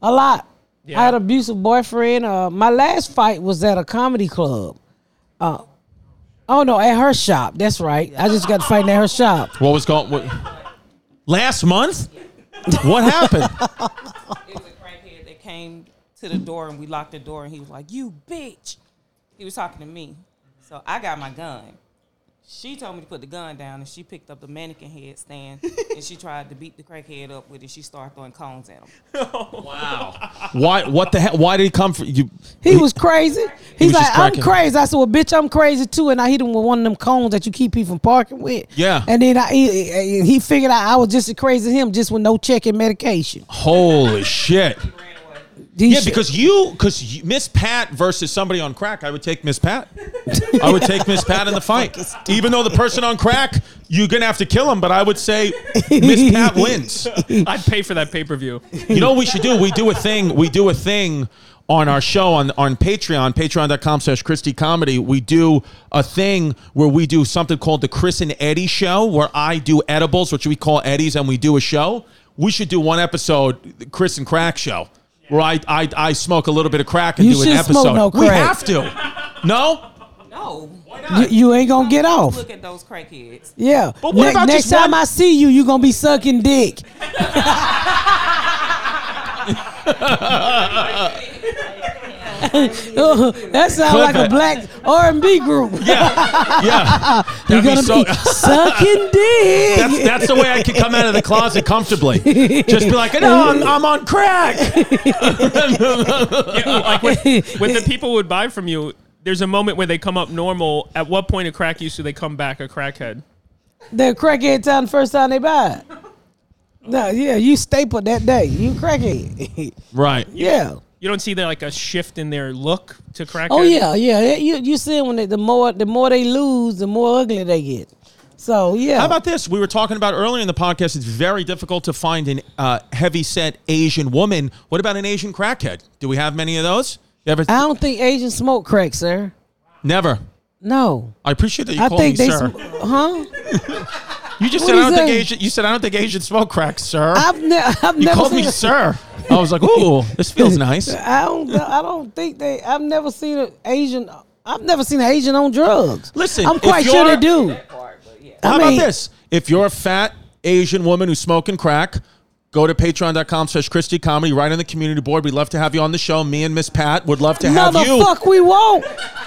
A lot. Yeah. I had an abusive boyfriend. Uh, my last fight was at a comedy club. Uh, oh no, at her shop. That's right. I just got fighting at her shop. What was going? What, last month? What happened? It was a crackhead that came to the door and we locked the door and he was like, "You bitch." He was talking to me, so I got my gun. She told me to put the gun down and she picked up the mannequin head stand and she tried to beat the crackhead up with it. She started throwing cones at him. Why? What the hell? Why did he come for you? He was crazy. He's was just like, I'm cracking. crazy. I said, Well, bitch, I'm crazy too. And I hit him with one of them cones that you keep people from parking with. Yeah. And then I he, he figured out I was just as crazy as him, just with no check and medication. Holy shit! These Yeah, shit- because you, because Miss Pat versus somebody on crack, I would take Miss Pat. I would take Miss Pat in the fight, even though the person on crack, you're gonna have to kill him. But I would say Miss Pat wins. I'd pay for that pay per view. You know what we should do? We do a thing. We do a thing on our show on on Patreon, patreon.com slash Christy Comedy. We do a thing where we do something called the Chris and Eddie show, where I do edibles, which we call Eddies, and we do a show. We should do one episode, the Chris and Crack show, where I I, I smoke a little bit of crack and You do an should episode. smoke no We crack. have to. No? No, why you, you ain't gonna get off. Look at those crackheads. Yeah. But what about next just time one- I see you, you gonna be sucking dick. that sounds Clip like a it. black R and B group. Yeah. That'd be You're gonna so- be sucking dick. That's, that's the way I can come out of the closet comfortably. Just be like, no, I'm, I'm on crack. Yeah, like when, when the people would buy from you, there's a moment where they come up normal. At what point of crack use do they come back a crackhead? They're crackhead time the first time they buy it. No, yeah, you stapled that day. You crackhead. Right. yeah. You don't see that like a shift in their look to crackhead. Oh yeah, yeah. You you see when they, the more the more they lose, the more ugly they get. So yeah. How about this? We were talking about earlier in the podcast. It's very difficult to find an uh, heavy-set Asian woman. What about an Asian crackhead? Do we have many of those? You ever? I don't think Asians smoke crack, sir. Never. No, I appreciate that you I called me think they, sir. sm- huh? you just said What do I you don't think say? Asian. You said I don't think Asians smoke crack, sir. I've, ne- I've you never called seen me a- sir. I was like, ooh, this feels nice. I don't. know- I don't think they. I've never seen an Asian. I've never seen an Asian on drugs. Listen, I'm if quite sure you're- they do. How I mean- about this? If you're a fat Asian woman who's smoking crack, go to patreon.com slash Christy Comedy, right on the community board. We'd love to have you on the show. Me and Miss Pat would love to have you. Motherfuck, we won't.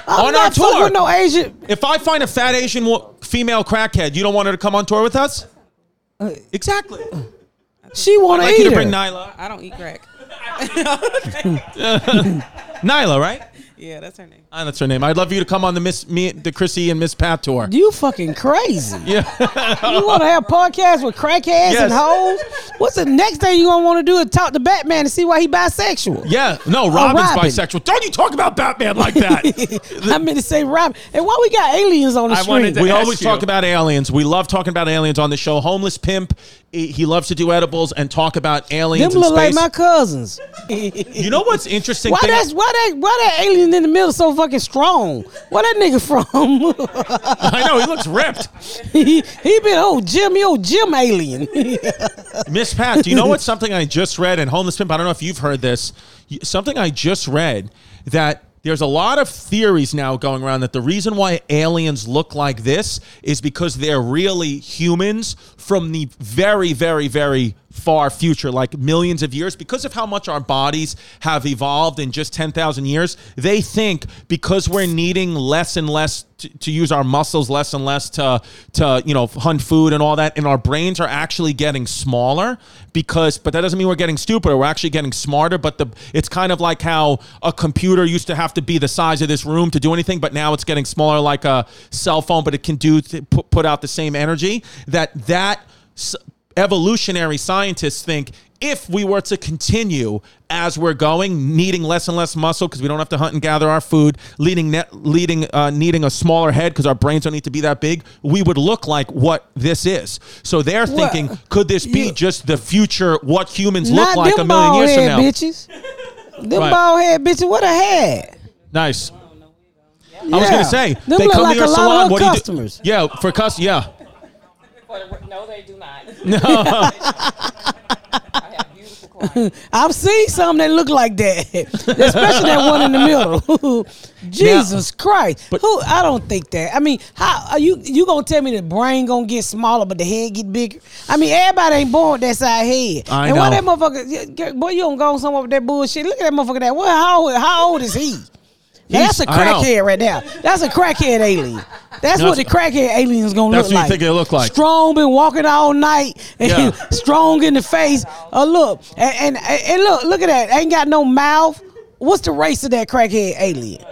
I'm On not our fucking tour. with no Asian. If I find a fat Asian wo- female crackhead, you don't want her to come on tour with us? Uh, Exactly. She want I'd to like you eat to bring her. Nyla. I don't eat crack. Nyla, right? Yeah, that's her name. Ah, that's her name. I'd love you to come on the Miss me, the Chrissy and Miss Pat tour. You fucking crazy. Yeah. You want to have podcasts with crackheads Yes. and hoes? What's the next thing you gonna want to do is talk to Batman to see why he bisexual? Yeah. No, Robin's Robin. bisexual. Don't you talk about Batman like that. I meant to say Robin. And why we got aliens on the I street? wanted to- we ask always you. talk about aliens. We love talking about aliens on the show. Homeless Pimp he he loves to do edibles and talk about Them aliens and look like space. my cousins. you know what's interesting? Why thing- that's why that why that alien in the middle so fucking strong? Where that nigga from? I know he looks ripped. he, he been old Jimmy, old Jim alien. Miss Pat, do you know what something I just read in Homeless Pimp? I don't know if you've heard this. Y- Something I just read that there's a lot of theories now going around that the reason why aliens look like this is because they're really humans from the very, very, very far future, like millions of years. Because of how much our bodies have evolved in just 10,000 years, they think because we're needing less and less to, to use our muscles less and less to to you know hunt food and all that and our brains are actually getting smaller because but that doesn't mean we're getting stupider we're actually getting smarter but the it's kind of like how a computer used to have to be the size of this room to do anything but now it's getting smaller like a cell phone but it can do put, put out the same energy that that s- evolutionary scientists think if we were to continue as we're going, needing less and less muscle because we don't have to hunt and gather our food, leading net, leading uh, needing a smaller head because our brains don't need to be that big, we would look like what this is. So they're Well, thinking, could this be you- just the future? What humans look Not like a them million bald years from head now? bitches. Them Right. bald head bitches. What a head. Nice. I was Yeah. gonna say them they look come like to your a lot salon. of what do our you do- customers. Yeah, for cus. Yeah. No, they do not. I have beautiful I've seen some that look like that, especially that one in the middle. Jesus Christ! but- Who? I don't think that. I mean, how are you? You gonna tell me the brain gonna get smaller, but the head get bigger? I mean, everybody ain't born with that side head. I and why know. that motherfucker? Boy, you don't go somewhere with that bullshit. Look at that motherfucker. That well, how old- how old is he? Now, that's a He's- I know. crackhead right there. That's a crackhead alien. That's what the crackhead alien is gonna That's look what you like. think they look like. Strong, been walking all night, and Yeah. strong in the face. Oh look, and, and and look, look at that. Ain't got no mouth. What's the race of that crackhead alien?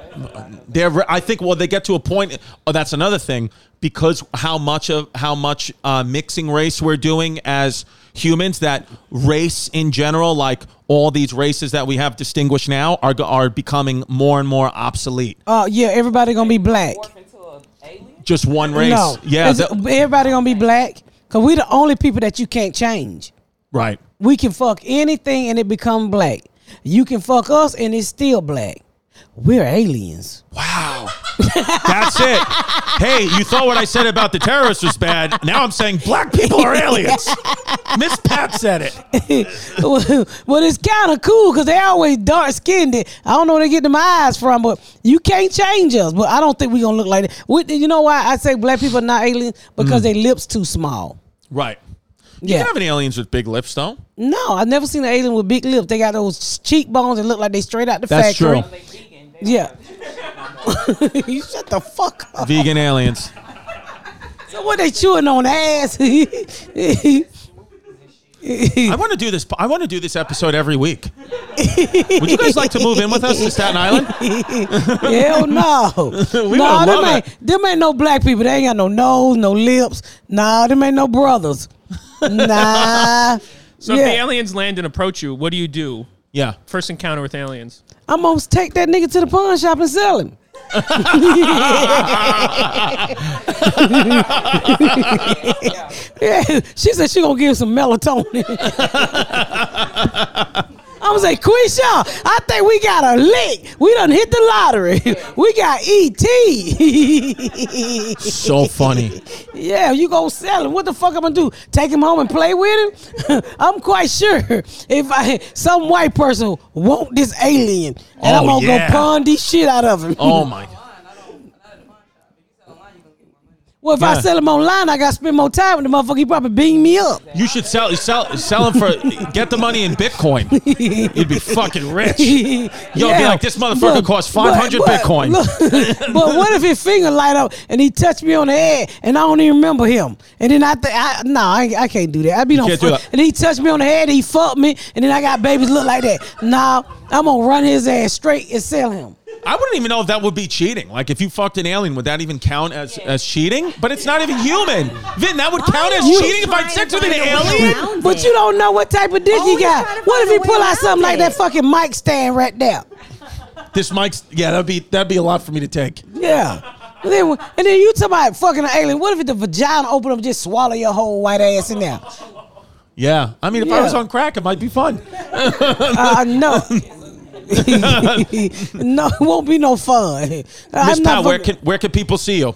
they're re- i think well they get to a point oh, that's another thing because how much of how much uh, mixing race we're doing as humans that race in general like all these races that we have distinguished now are go- are becoming more and more obsolete Oh yeah, everybody gonna be black. just one race No, yeah It's- that- everybody gonna be black because we the only people that you can't change. right We can fuck anything and it become black. You can fuck us and it's still black. We're aliens. wow that's it hey you thought what i said about the terrorists was bad now i'm saying black people are aliens miss pat said it well, it's kind of cool because they always dark skinned. I don't know where they get them eyes from, but you can't change us. But I don't think we're gonna look like that. We, you know why I say black people are not aliens because their lips too small. right Mm. you Yeah, can have any aliens with big lips though no, I've never seen an alien with big lips. They got those cheekbones that look like they straight out the That's factory. true. Yeah. you shut the fuck up. vegan aliens So what they chewing on ass? I want to do this. I want to do this episode every week. Would you guys like to move in with us to Staten Island? Hell no. We no, would've them loved ain't, them ain't no black people. They ain't got no nose, no lips. Nah, them ain't no brothers. Nah. So if the yeah. aliens land and approach you, what do you do? Yeah. First encounter with aliens. I'm going to take that nigga to the pawn shop and sell him. yeah, she said she gonna give him some melatonin. I'm gonna say, Quisha, I think we got a lick. We done hit the lottery. We got E ET. So funny. Yeah, you go sell him. What the fuck I'm gonna do? Take him home and play with him? I'm quite sure if I some white person want this alien and I'm Oh, gonna yeah. go pawn this shit out of him. Oh my. Online, I don't. Not at the pawn shop. If you sell online, you gonna get more money. well, if I yeah. sell him online, I gotta spend more time with the motherfucker. He probably beating me up. You should sell sell sell them for get the money in Bitcoin. You'd be fucking rich. Yo, be like, this motherfucker costs 500 Bitcoin. but what if his finger light up and he touched me on the head and I don't even remember him? And then I think, I, no, I, ain't- I can't do that. I be on can't do fuck- that. And he touched me on the head, he fucked me, and then I got babies look like that. Nah, I'm gonna run his ass straight and sell him. I wouldn't even know if that would be cheating. Like if you fucked an alien, would that even count as as cheating? But it's not even human. Vin, that would count as always cheating if I had trying sex to with an find a way alien. around. Found But it. you don't know what type of dick he Always trying got. to What if find he a way pull out around something like that it. fucking mic stand right there? This mic's yeah, that'd be that'd be a lot for me to take. Yeah. And then, and then you talk about fucking an alien. What if the vagina open up, just swallow your whole white ass in there? Yeah. I mean, if I Yeah. was on crack, it might be fun. Uh, no. no, it won't be no fun. Miss I'm Pat, not where fucking- can where can people see you?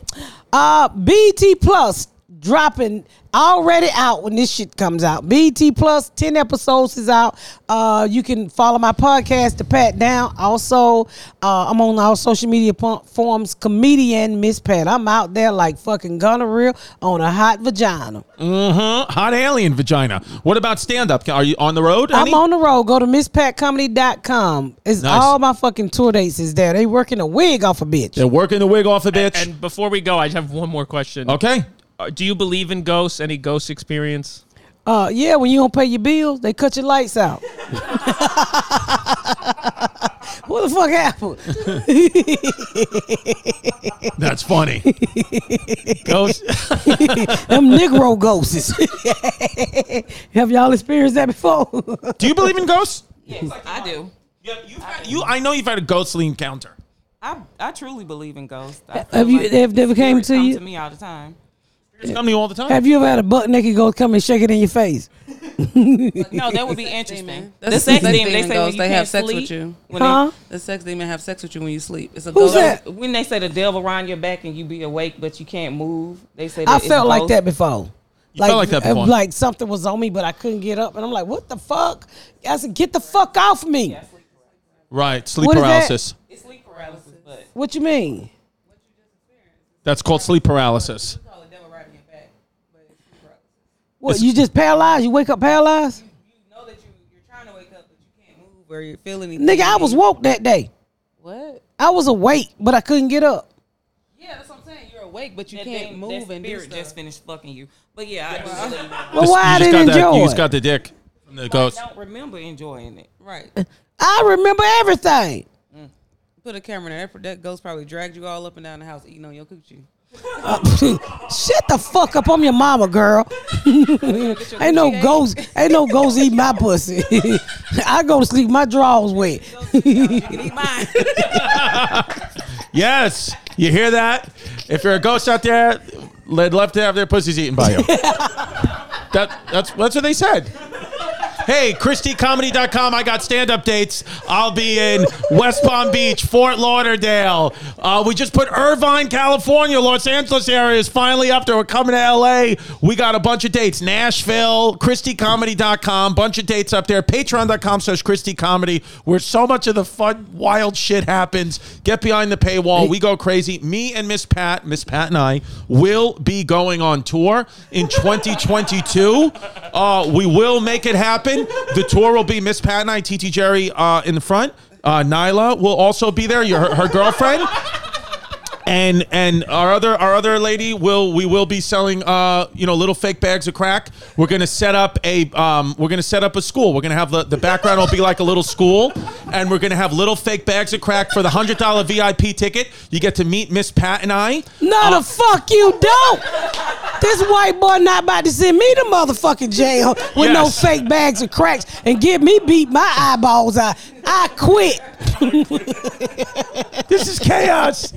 Uh, BT Plus dropping already out when this shit comes out. BT Plus, 10 episodes is out. Uh, you can follow my podcast, The Pat Down. Also, uh, I'm on all social media platforms, comedian Miss Pat. I'm out there like fucking gonorrhea on a hot vagina. Mm-hmm. Hot alien vagina. What about stand up? Are you on the road? honey? I'm on the road. Go to misspatcomedy.com. It's Nice. all my fucking tour dates is there. They working a wig off a bitch. They're working the wig off a bitch. And before we go, I have one more question. okay. Uh, do you believe in ghosts? Any ghost experience? Uh, yeah, when you don't pay your bills, they cut your lights out. what the fuck happened? That's funny. Ghost. Them Negro ghosts. Have y'all experienced that before? Do you believe in ghosts? Yes, I do. Yeah, you've had, you. I know you've had a ghostly encounter. I, I truly believe in ghosts. I feel Have you- have they ever came spirits to come you? To me all the time. It's coming to you all the time. Have you ever had a butt naked ghost come and shake it in your face? No, that would be demon. interesting. the That's the sex sex demon. They demon say goes, when you they can't have sex sleep, with you. When Huh? The sex demon have sex with you when you sleep. It's a Who's ghost. that? they, when they say the devil around your back and you be awake but you can't move, they say. That I it's felt like ghosts. that before. felt like that uh, before. Like something was on me, but I couldn't get up, and I'm like, "What the fuck?" I said, "Get the fuck off me!" right. Sleep What is that? paralysis. It's sleep paralysis, but What you mean? That's called sleep paralysis. Call it devil riding your back, but it's sleep paralysis. What It's- you just paralyzed? You wake up paralyzed? You know that you you're trying to wake up, but you can't move or you feel anything. Nigga, I was woke that day. what? I was awake, but I couldn't get up. Yeah, that's what I'm saying. You're awake, but you that can't thing- move that and do spirit stuff. just finished fucking you. But yeah, I do believe that. Well, Just- why I you just didn't got that- enjoy You it? just got the dick from the ghost. I don't remember enjoying it. right. I remember everything. Put a camera in there. That- That ghost probably dragged you all up and down the house eating on your coochie. Shut the fuck up. I'm your mama, girl. ain't no ghost. Ain't no ghost eat my pussy. I go to sleep. My drawers wet. Yes. You hear that? If you're a ghost out there, they'd love to have their pussies eaten by you. that, that's, that's what they said. Hey, ChristyComedy.com. I got stand up dates. I'll be in West Palm Beach, Fort Lauderdale. Uh, we just put Irvine, California, Los Angeles area is finally up there. We're coming to LA. We got a bunch of dates. Nashville, ChristyComedy.com, bunch of dates up there. Patreon.com slash ChristyComedy, where so much of the fun, wild shit happens. Get behind the paywall. We go crazy. Me and Miss Pat, Miss Pat and I, will be going on tour in 2022. Uh, we will make it happen. The tour will be Miss Pat and I, TT Jerry uh, in the front. Uh, Nyla will also be there, your, her girlfriend. And and our other our other lady will we will be selling uh you know little fake bags of crack. We're gonna set up a um we're gonna set up a school. We're gonna have the, the background will be like a little school, and we're gonna have little fake bags of crack for the hundred dollar VIP ticket. You get to meet Miss Pat and I. No, the fuck you don't. This white boy not about to send me to motherfucking jail with no Yes. fake bags of cracks and get me beat my eyeballs out. I quit. This is chaos.